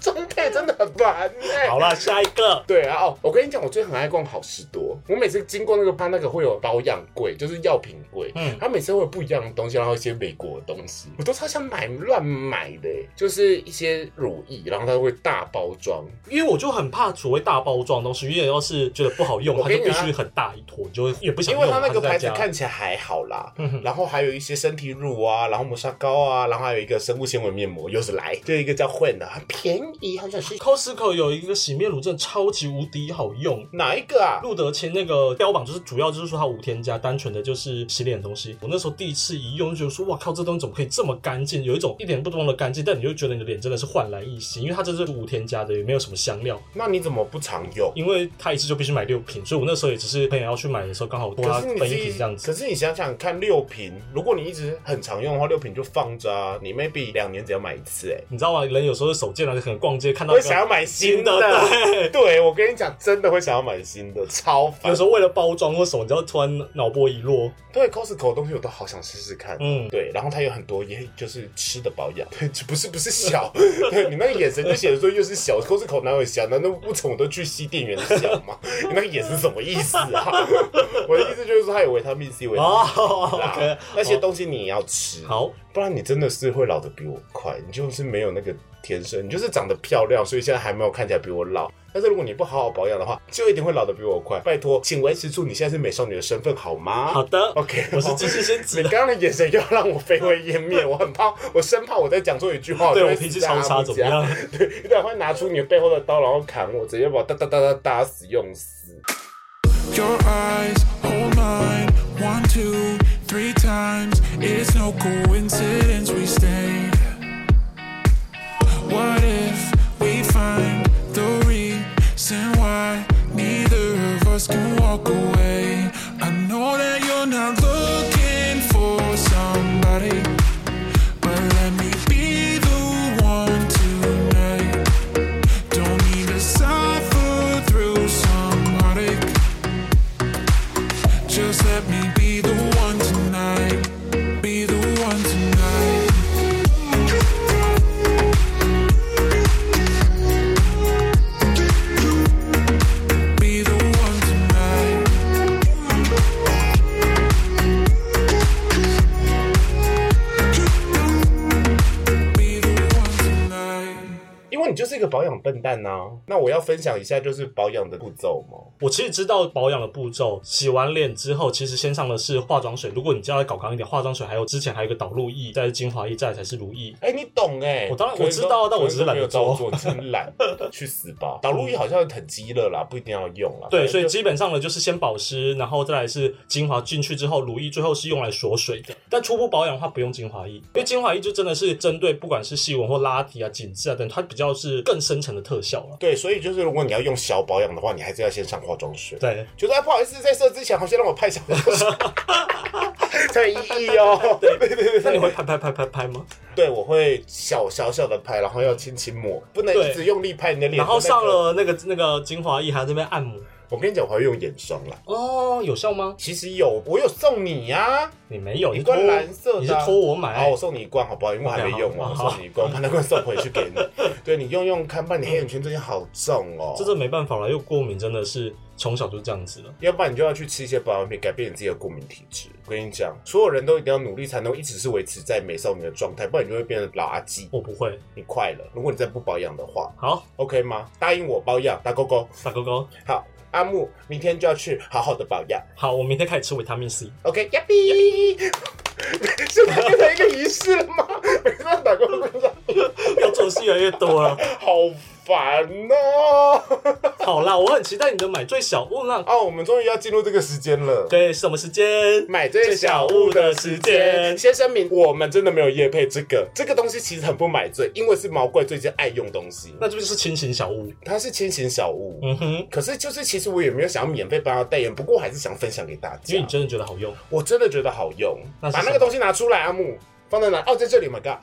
Speaker 1: 中配真的很烦哎、
Speaker 2: 好啦，下一个，
Speaker 1: 对啊，哦，我跟你讲，我最很爱逛好事多。我每次经过那个，它那个会有保养柜，就是药品柜，
Speaker 2: 嗯
Speaker 1: 它每次会有不一样的东西，然后一些美国的东西，我都超想买乱买的欸，就是一些乳液，然后它会大包装，
Speaker 2: 因为我就很怕所谓大包装的东西，因为要是觉得不好用，
Speaker 1: 我
Speaker 2: 它
Speaker 1: 跟
Speaker 2: 就
Speaker 1: 你
Speaker 2: 必
Speaker 1: 讲
Speaker 2: 须很大一坨，你就会也不想
Speaker 1: 因
Speaker 2: 用。
Speaker 1: 为它那
Speaker 2: 就
Speaker 1: 个
Speaker 2: 在
Speaker 1: 牌子
Speaker 2: 家
Speaker 1: 看起来还好啦，
Speaker 2: 嗯哼
Speaker 1: 然后还有一些身体乳啊，然后磨砂膏啊，然后还有一个生物纤维面膜，又是来，就一个叫混的，很便宜，好像是
Speaker 2: Costco 有一个洗面乳，真的超级无敌好用。
Speaker 1: 哪一个啊？
Speaker 2: 路德清那个标榜就是主要就是说它无添加，单纯的就是洗脸的东西。我那时候第一次一用就觉得说，哇靠，这东西怎么可以这么干净？有一种一点不通的干净，但你就觉得你的脸真的是焕然一新，因为它这是无添加的，也没有什么香料。
Speaker 1: 那你怎么不常用？
Speaker 2: 因为它一次就必须买六瓶，所以我那时候也只是朋友要去买的时候，刚好我
Speaker 1: 可
Speaker 2: 他
Speaker 1: 是你
Speaker 2: 分
Speaker 1: 自
Speaker 2: 一
Speaker 1: 己
Speaker 2: 瓶这样
Speaker 1: 可
Speaker 2: 子。
Speaker 1: 是你想想看，六瓶，如果你一直很常用的话，六瓶就放着啊，你 maybe 两年只要买一次、哎，
Speaker 2: 你知道吗？人有时候手贱了，可能逛街看到一
Speaker 1: 会
Speaker 2: 个
Speaker 1: 想要买新
Speaker 2: 新
Speaker 1: 的。
Speaker 2: 的，对。
Speaker 1: [LAUGHS] 对，我跟你讲，真的会想要买新的，超烦
Speaker 2: 有时。候为了包装或什么，你知道突然脑波一 [LAUGHS] 落，
Speaker 1: 对 Costco 的东西我都好想试试看。
Speaker 2: 嗯
Speaker 1: 对，然后它有很多，也就是吃的保养， [LAUGHS] 对，不是不是小， [LAUGHS] 对你那个眼神就显示说又是小，Costco 哪有小？难道不成我都去西店园小
Speaker 2: [LAUGHS]
Speaker 1: 吗？你那个眼神什么意思啊？ [LAUGHS] 我的意思就是说它有维他命 C 维他命 D 啦
Speaker 2: 哦，OK
Speaker 1: 那些东西你也要吃，
Speaker 2: 好，
Speaker 1: 不然你真的是会老得比我快，你就是没有那个天生，你就是长得漂亮，所以现在还没有看起来比我老。但是如果你不好好保养的话，就一定会老得比我快。拜托，请维持住你现在是美少女的身份好吗？
Speaker 2: 好的
Speaker 1: OK，
Speaker 2: 我是知
Speaker 1: [LAUGHS]
Speaker 2: 识仙子
Speaker 1: 你。刚刚的眼神又让我飞灰烟灭，我很怕，我生怕我在讲错一句
Speaker 2: [LAUGHS]
Speaker 1: 话，
Speaker 2: 对
Speaker 1: 就会
Speaker 2: 我脾气
Speaker 1: 死在
Speaker 2: 超差
Speaker 1: 阿木
Speaker 2: 怎么
Speaker 1: 家
Speaker 2: 样？
Speaker 1: [LAUGHS] 对，你等会拿出你背后的刀，然后砍我，直接把我哒哒哒哒打死用死。
Speaker 3: Your eyes hold mine one, two, three times. It's no coincidence we stayed. What if we find the reason why neither of us can walk away? I know that you're not looking for somebody, but let me be the one tonight. Don't need to suffer through some heartache. Just let me be the one tonight. Be the one tonight. Be the one tonight. Be the one tonight.
Speaker 1: 因为你就是一个保养笨蛋呐、啊那我要分享一下就是保养的步骤嘛。
Speaker 2: 我其实知道保养的步骤，洗完脸之后，其实先上的是化妆水。如果你就要搞刚一点，化妆水还有之前还有一个导入液，再是精华液，再来才是乳液。
Speaker 1: 哎、你懂哎、
Speaker 2: 我当然
Speaker 1: 可能
Speaker 2: 我知道啊但我只是懒
Speaker 1: 可能
Speaker 2: 得
Speaker 1: 都没有照
Speaker 2: 做
Speaker 1: 做，真懒， [LAUGHS] 去死吧！导入液好像很鸡肋啦，不一定要用啦。
Speaker 2: 对，
Speaker 1: 反正
Speaker 2: 所以
Speaker 1: 就
Speaker 2: 基本上呢，就是先保湿，然后再来是精华进去之后，乳液最后是用来锁水的。但初步保养的话，不用精华液，因为精华液就真的是针对不管是细纹或拉提啊、紧致啊等，它比较是更深层的特效了。
Speaker 1: 对，所以就是如果你要用小保养的话，你还是要先上化妆
Speaker 2: [LAUGHS]
Speaker 1: 水。
Speaker 2: 对，
Speaker 1: 觉得哎不好意思，在射之前，好先让我拍一下
Speaker 2: [LAUGHS]
Speaker 1: 我的手。才有意义哦。 [LAUGHS] 对对对
Speaker 2: 那你
Speaker 1: 对，
Speaker 2: 会拍拍拍拍拍吗？
Speaker 1: 对我会小小小的拍，然后要轻轻抹，不能
Speaker 2: 对
Speaker 1: 一直用力拍你的脸。
Speaker 2: 然后
Speaker 1: 那个
Speaker 2: 上，了那个那个精华液，还在那边按摩。
Speaker 1: 我跟你讲，我还会用眼霜啦。
Speaker 2: 哦，有效吗？
Speaker 1: 其实有，我有送你呀、啊，
Speaker 2: 你没有，
Speaker 1: 一
Speaker 2: 你托
Speaker 1: 罐蓝色的啊、
Speaker 2: 你是托我买。
Speaker 1: 好，我送你一罐好不好？因为我还没用哦完，我
Speaker 2: OK，好
Speaker 1: 送你一罐，我把那罐送回
Speaker 2: [LAUGHS]
Speaker 1: 去给你。对你用用看，不然你黑眼圈最近好重哦。
Speaker 2: 这真的没办法了，因为过敏真的是从小就这样子了。
Speaker 1: 要不然你就要去吃一些保养品，改变你自己的过敏体质。我跟你讲，所有人都一定要努力，才能一直是维持在美少女的状态，不然你就会变成老阿基。
Speaker 2: 我不会。
Speaker 1: 你快了，如果你再不保养的话
Speaker 2: 好，
Speaker 1: ，OK 吗？答应我保养，打勾勾。
Speaker 2: 打勾勾。
Speaker 1: 好，阿木，明天就要去好好的保养。
Speaker 2: 好，我明天开始吃维他命 C。
Speaker 1: OK，呀比， [LAUGHS] 是不是变成一个仪式了吗？每次都要打勾勾，
Speaker 2: 要做的事越来越多了。
Speaker 1: 好烦烦哦。 [LAUGHS]
Speaker 2: 好啦，我很期待你的买最小物啦。
Speaker 1: 啊，我们终于要进入这个时间了。
Speaker 2: 对，什么时间？
Speaker 1: 买最小物的时间，先声明，我们真的没有夜配这个这个东西，其实很不买醉，因为是毛怪最近爱用东西，
Speaker 2: 那这边就是亲情小物。
Speaker 1: 它是轻型小物。
Speaker 2: 嗯哼，
Speaker 1: 可是就是其实我也没有想要免费帮他代言，不过我还是想分享给大
Speaker 2: 因为
Speaker 1: 家
Speaker 2: 你，真的觉得好用。
Speaker 1: 我真的觉得好用。
Speaker 2: 那是
Speaker 1: 把
Speaker 2: 什么
Speaker 1: 那个东西拿出来，阿木放在哪？哦，在这里
Speaker 2: [LAUGHS]
Speaker 1: ，My God。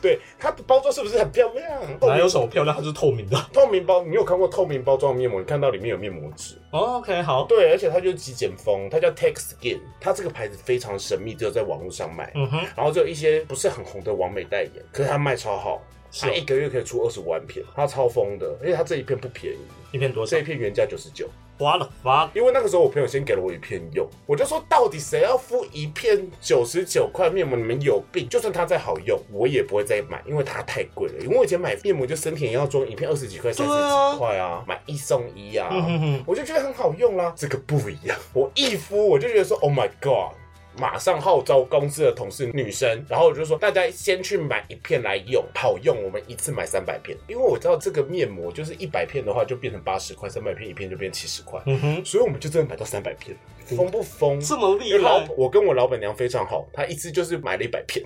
Speaker 1: 对，它的包装是不是很漂亮？透
Speaker 2: 哪有
Speaker 1: 明
Speaker 2: 什么漂亮？它就是透明的。
Speaker 1: 透明包，你有看过透明包装的面膜？你看到里面有面膜纸。
Speaker 2: 哦 OK，好。
Speaker 1: 对，而且它就是极简风，它叫 Tech Skin，它这个牌子非常神秘，只有在网络上卖。
Speaker 2: 嗯哼，
Speaker 1: 然后就一些不是很红的网美代言，可是它卖超好，
Speaker 2: 是哦
Speaker 1: 它一个月可以出二十五万片，它超疯的，而且它这一片不便宜，
Speaker 2: 一片多少
Speaker 1: 这？一片原价九十九，
Speaker 2: 花了发。
Speaker 1: 因为那个时候我朋友先给了我一片用，我就说到底谁要付一片九十九块面膜？你们有病！就算它再好用，我也不会再买，因为它太贵了。因为我以前买面膜就森田药妆一片二十几块、三十几块啊，买一送一啊，
Speaker 2: 啊嗯哼哼
Speaker 1: 我就觉得很好用啦。这个不一样，我一敷我就觉得说，Oh my god！马上号召公司的同事女生，然后我就说大家先去买一片来用，好用，我们一次买三百片，因为我知道这个面膜就是一百片的话就变成八十块，三百片一片就变七十块，
Speaker 2: 嗯哼，
Speaker 1: 所以我们就真的买到三百片，疯不疯？
Speaker 2: 嗯这么
Speaker 1: 因为
Speaker 2: 厉
Speaker 1: 老
Speaker 2: 害。
Speaker 1: 我跟我老板娘非常好，她一次就是买了一百片，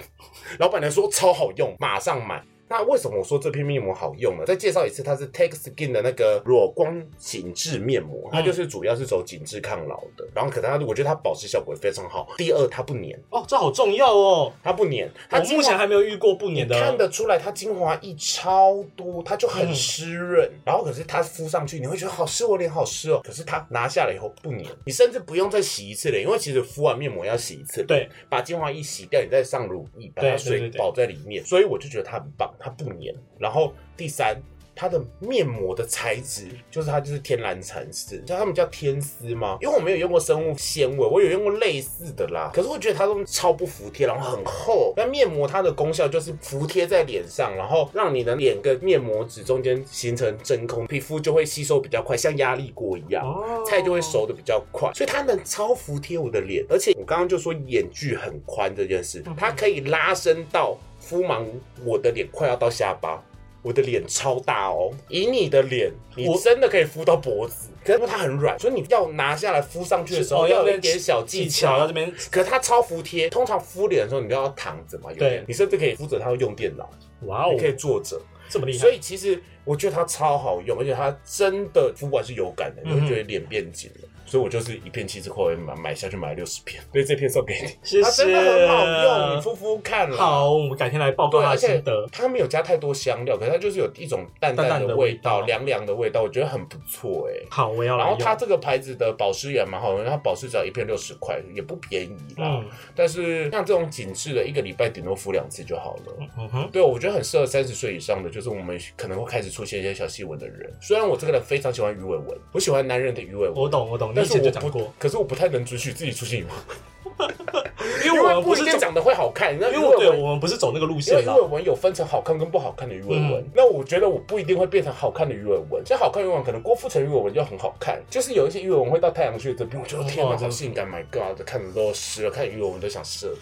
Speaker 1: 老板娘说超好用，马上买。那为什么我说这片面膜好用呢？再介绍一次，它是 Take Skin 的那个裸光紧致面
Speaker 2: 嗯
Speaker 1: 膜，它就是主要是走紧致抗老的。然后，可它我觉得它保湿效果也非常好。第二，它不粘，
Speaker 2: 哦，这好重要哦。
Speaker 1: 它不粘，它
Speaker 2: 我
Speaker 1: 精
Speaker 2: 目前
Speaker 1: 华
Speaker 2: 还没有遇过不粘
Speaker 1: 你看
Speaker 2: 的。
Speaker 1: 得出来，它精华液超多，它就很湿润。然后可是它敷上去，你会觉得好湿，我脸好湿哦。可是它拿下来以后不粘，你甚至不用再洗一次了，因为其实敷完面膜要洗一次，，
Speaker 2: 对，
Speaker 1: 把精华液洗掉，你再上乳液，把
Speaker 2: 对
Speaker 1: 它
Speaker 2: 对对
Speaker 1: 水
Speaker 2: 对
Speaker 1: 保在里面。所以我就觉得它很棒，它不粘。然后第三。它的面膜的材质就是它就是天然蚕丝，叫他们叫天丝吗？因为我没有用过生物纤维，我有用过类似的啦。可是我觉得它都超不服帖，然后很厚。那面膜它的功效就是服贴在脸上，然后让你的脸跟面膜纸中间形成真空，皮肤就会吸收比较快，像压力锅一样。
Speaker 2: 哦
Speaker 1: 菜就会熟的比较快，所以它能超服贴我的脸，而且我刚刚就说眼距很宽这件事，
Speaker 2: 嗯
Speaker 1: 它可以拉伸到敷满我的脸，快要到下巴。我的脸超大哦，以你的脸，你
Speaker 2: 我
Speaker 1: 真的可以敷到脖子，可是因为它很软，所以你要拿下来敷上去的时候，
Speaker 2: 哦
Speaker 1: 要有
Speaker 2: 练
Speaker 1: 一点小技
Speaker 2: 技
Speaker 1: 巧。
Speaker 2: 要这边
Speaker 1: 可是它超服帖，通常敷脸的时候你都要躺着嘛，有没有
Speaker 2: 对
Speaker 1: 你甚至可以敷着它用电脑，
Speaker 2: 哇哦
Speaker 1: 你，可以坐着。
Speaker 2: 这么厉害，
Speaker 1: 所以其实我觉得它超好用，而且它真的敷完是有感的，
Speaker 2: 嗯
Speaker 1: 你会
Speaker 2: 哼
Speaker 1: 觉得脸变紧了。所以我就是一片七十块买买下去买了六十片，所以这片送给 [LAUGHS] 你，
Speaker 2: 谢谢
Speaker 1: 它真的很好
Speaker 2: [LAUGHS]
Speaker 1: 用，你敷敷看啦。
Speaker 2: 啊好，我们改天来报告
Speaker 1: 对，
Speaker 2: 他
Speaker 1: 而
Speaker 2: 的
Speaker 1: 且
Speaker 2: 心得。
Speaker 1: 它没有加太多香料，可是它就是有一种淡淡
Speaker 2: 淡淡
Speaker 1: 的
Speaker 2: 的
Speaker 1: 味
Speaker 2: 味
Speaker 1: 道，
Speaker 2: 道
Speaker 1: 凉凉的味道，我觉得很不错哎、
Speaker 2: 好，我要来
Speaker 1: 然后
Speaker 2: 用。
Speaker 1: 它这个牌子的保湿也蛮好用，它保湿只要一片六十块，也不便宜啦。
Speaker 2: 嗯
Speaker 1: 但是像这种紧致的，一个礼拜顶多敷两次就好了。
Speaker 2: 嗯哼，
Speaker 1: 对，我觉得很适合三十岁以上的，就是我们可能会开始出现一些小细纹的人。虽然我这个人非常喜欢鱼尾纹，我喜欢男人的鱼尾纹，
Speaker 2: 我懂，我懂，你
Speaker 1: 但
Speaker 2: 以
Speaker 1: 是
Speaker 2: 前就
Speaker 1: 我
Speaker 2: 讲
Speaker 1: 不
Speaker 2: 过，，
Speaker 1: 可是我不太能允许自己出现鱼尾纹，
Speaker 2: 因为
Speaker 1: 因
Speaker 2: 我
Speaker 1: 为
Speaker 2: 们
Speaker 1: 不
Speaker 2: 不
Speaker 1: 一
Speaker 2: 是
Speaker 1: 定
Speaker 2: 走，
Speaker 1: 长得会好看。那鱼
Speaker 2: 因为
Speaker 1: 尾
Speaker 2: 对
Speaker 1: 纹。
Speaker 2: 我们不是走那个路
Speaker 1: 因为
Speaker 2: 线
Speaker 1: 鱼
Speaker 2: 啦
Speaker 1: 尾。纹有分成好看跟不好看的鱼尾纹，
Speaker 2: 嗯
Speaker 1: 那我觉得我不一定会变成好看的鱼尾纹。像好看鱼尾纹，可能郭富城鱼尾纹就很好看，就是有一些鱼尾纹会到太阳穴这边，我觉得天哪，
Speaker 2: 哇
Speaker 1: 好性感，My God，看着都湿了，看鱼尾纹都想射。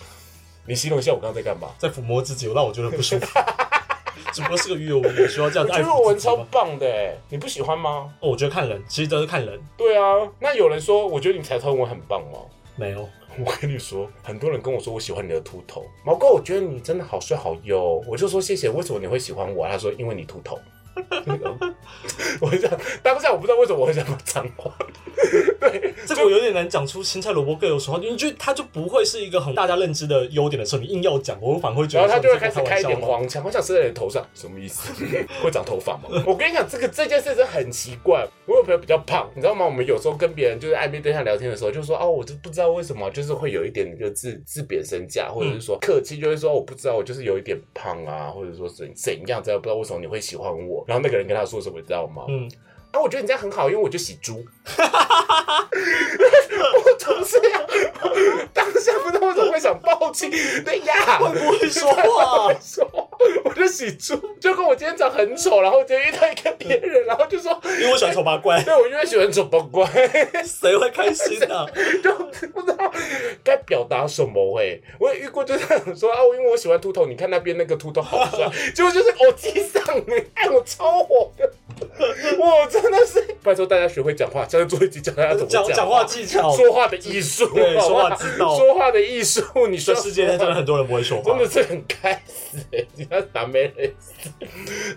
Speaker 1: 你形容一下我刚刚在干嘛？
Speaker 2: 在抚摸自己，让我觉得很不舒 [LAUGHS] 服。只不过是个鱼友文，我需要这样子
Speaker 1: 我觉得
Speaker 2: 爱
Speaker 1: 鱼尾
Speaker 2: 抚
Speaker 1: 纹
Speaker 2: 自己
Speaker 1: 超
Speaker 2: 吗
Speaker 1: 棒的、欸，你不喜欢吗？
Speaker 2: 哦，我觉得看人，其实都是看人，
Speaker 1: 对啊，那有人说，我觉得你抬头纹很棒哦。 [LAUGHS]
Speaker 2: 没有。
Speaker 1: 我跟你说，很多人跟我说我喜欢你的秃头，毛哥，我觉得你真的好帅好优。我就说谢谢，为什么你会喜欢我？他说因为你秃头。 [LAUGHS] 我想当下我不知道为什么我很想骂脏话，对，
Speaker 2: 这个我有点难讲出青菜萝卜各有所好，你就它就不会是一个很大家认知的优点的时候，你硬要讲，我反而会觉
Speaker 1: 然
Speaker 2: 得
Speaker 1: 后
Speaker 2: 说你
Speaker 1: 他就会
Speaker 2: 在
Speaker 1: 开
Speaker 2: 跟
Speaker 1: 始
Speaker 2: 我
Speaker 1: 开
Speaker 2: 开
Speaker 1: 一
Speaker 2: 玩
Speaker 1: 点
Speaker 2: 笑吗。
Speaker 1: 黄腔，我想射在你头上，什么意思？ [LAUGHS] 会长头发吗？ [LAUGHS] 我跟你讲，这个这件事真的很奇怪。我有朋友比较胖，你知道吗？我们有时候跟别人就是暧昧对象聊天的时候，就说哦，我就不知道为什么，就是会有一点就自自贬身价，或者是说客气，就会说哦我不知道，我就是有一点胖啊，或者说怎怎样，这样不知道为什么你会喜欢我。然后那个人跟他说什么，你知道吗？
Speaker 2: 嗯，
Speaker 1: 啊，我觉得你这样很好，因为我就洗猪。我总是要当下不知 [LAUGHS] 道为什么会想暴气，对呀，？
Speaker 2: 会不会说话
Speaker 1: 说，我就洗猪。就跟我今天长很丑，然后就遇到一个别人，然后就说，
Speaker 2: 因为我喜欢丑八 [LAUGHS] 怪，
Speaker 1: 对我因为喜欢丑八怪，
Speaker 2: 谁会开心 [LAUGHS] 啊？
Speaker 1: [LAUGHS] 就不知道该表达什么哎、我也遇过，就是想说啊，因为我喜欢秃头，你看那边那个秃头好
Speaker 2: [LAUGHS]
Speaker 1: 帅，结果就是偶机上哎、哎，我超火的，我真的是 [LAUGHS] 拜托大家学会讲话，下次做一集教大家怎么
Speaker 2: 讲
Speaker 1: 讲
Speaker 2: 讲话技巧，
Speaker 1: 说话的艺术，
Speaker 2: 对
Speaker 1: 好不
Speaker 2: 说
Speaker 1: 好
Speaker 2: 话之道
Speaker 1: 说话的艺术，你说
Speaker 2: 这世界上真的很多人不会说话
Speaker 1: 啊真。的是很该死、欸，你要打没人死。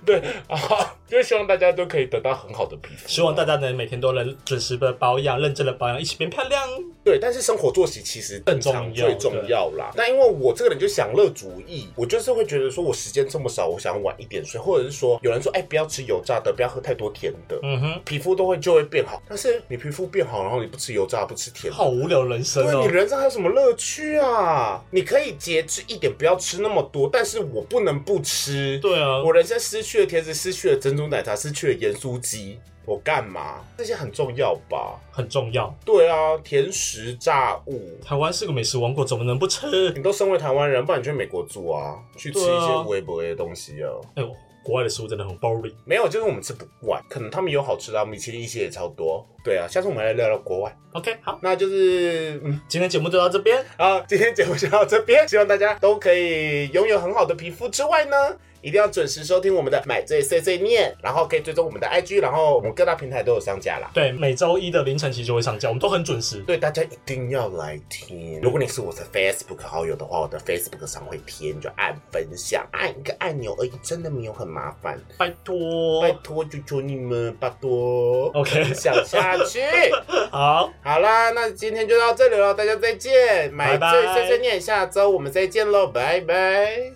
Speaker 1: 对啊，就希望大家都可以得到很好的皮肤。
Speaker 2: 希望大家能每天都能准时的保养，认真的保养，一起变漂亮。
Speaker 1: 对，但是生活作息其实正常
Speaker 2: 更重要
Speaker 1: 最重要啦。那因为我这个人就享乐主义，我就是会觉得说我时间这么少，我想晚一点睡，或者是说有人说哎不要吃油炸的，不要喝太多甜的，
Speaker 2: 嗯哼，
Speaker 1: 皮肤都会就会变好。但是你皮肤变好，然后你不吃油炸不吃甜的，
Speaker 2: 好无聊的人生
Speaker 1: 对
Speaker 2: 哦
Speaker 1: 你。人生还有什么乐趣啊？你可以节制一点，不要吃那么多，但是我不能不吃。
Speaker 2: 对啊
Speaker 1: 我人生失去了甜食，失去了珍珠奶茶，失去了盐酥鸡，我干嘛？这些很重要吧？
Speaker 2: 很重要。
Speaker 1: 对啊，甜食炸物。
Speaker 2: 台湾是个美食王国，怎么能不吃？
Speaker 1: 你都身为台湾人，不然你去美国住啊，去吃一
Speaker 2: 对
Speaker 1: 些
Speaker 2: 啊
Speaker 1: 微博的东西啊。
Speaker 2: 哎呦，国外的食物真的很 boring。
Speaker 1: 没有，就是我们吃不惯，可能他们有好吃的、啊，米其林一些也超多。对啊，下次我们来聊聊国外，
Speaker 2: OK，好，
Speaker 1: 那就是嗯。
Speaker 2: 今天节目就到这边。
Speaker 1: 好，今天节目就到这边，希望大家都可以拥有很好的皮肤。之外呢，一定要准时收听我们的《买醉碎碎念》，然后可以追踪我们的 IG，然后我们各大平台都有上架啦。
Speaker 2: 对，每周一的凌晨其实就会上架，我们都很准时。
Speaker 1: 对，大家一定要来听。如果你是我的 Facebook 好友的话，我的 Facebook 上会贴，你就按分享，按一个按钮而已，真的没有很麻烦。
Speaker 2: 拜托
Speaker 1: 拜。托，求求你们，拜托
Speaker 2: OK
Speaker 1: 分享下去。 [LAUGHS]
Speaker 2: 好，
Speaker 1: 好啦，那今天就到这里了，大家再见。
Speaker 2: 拜
Speaker 1: 买
Speaker 2: 拜
Speaker 1: 醉碎碎念，下周我们再见喽，拜拜。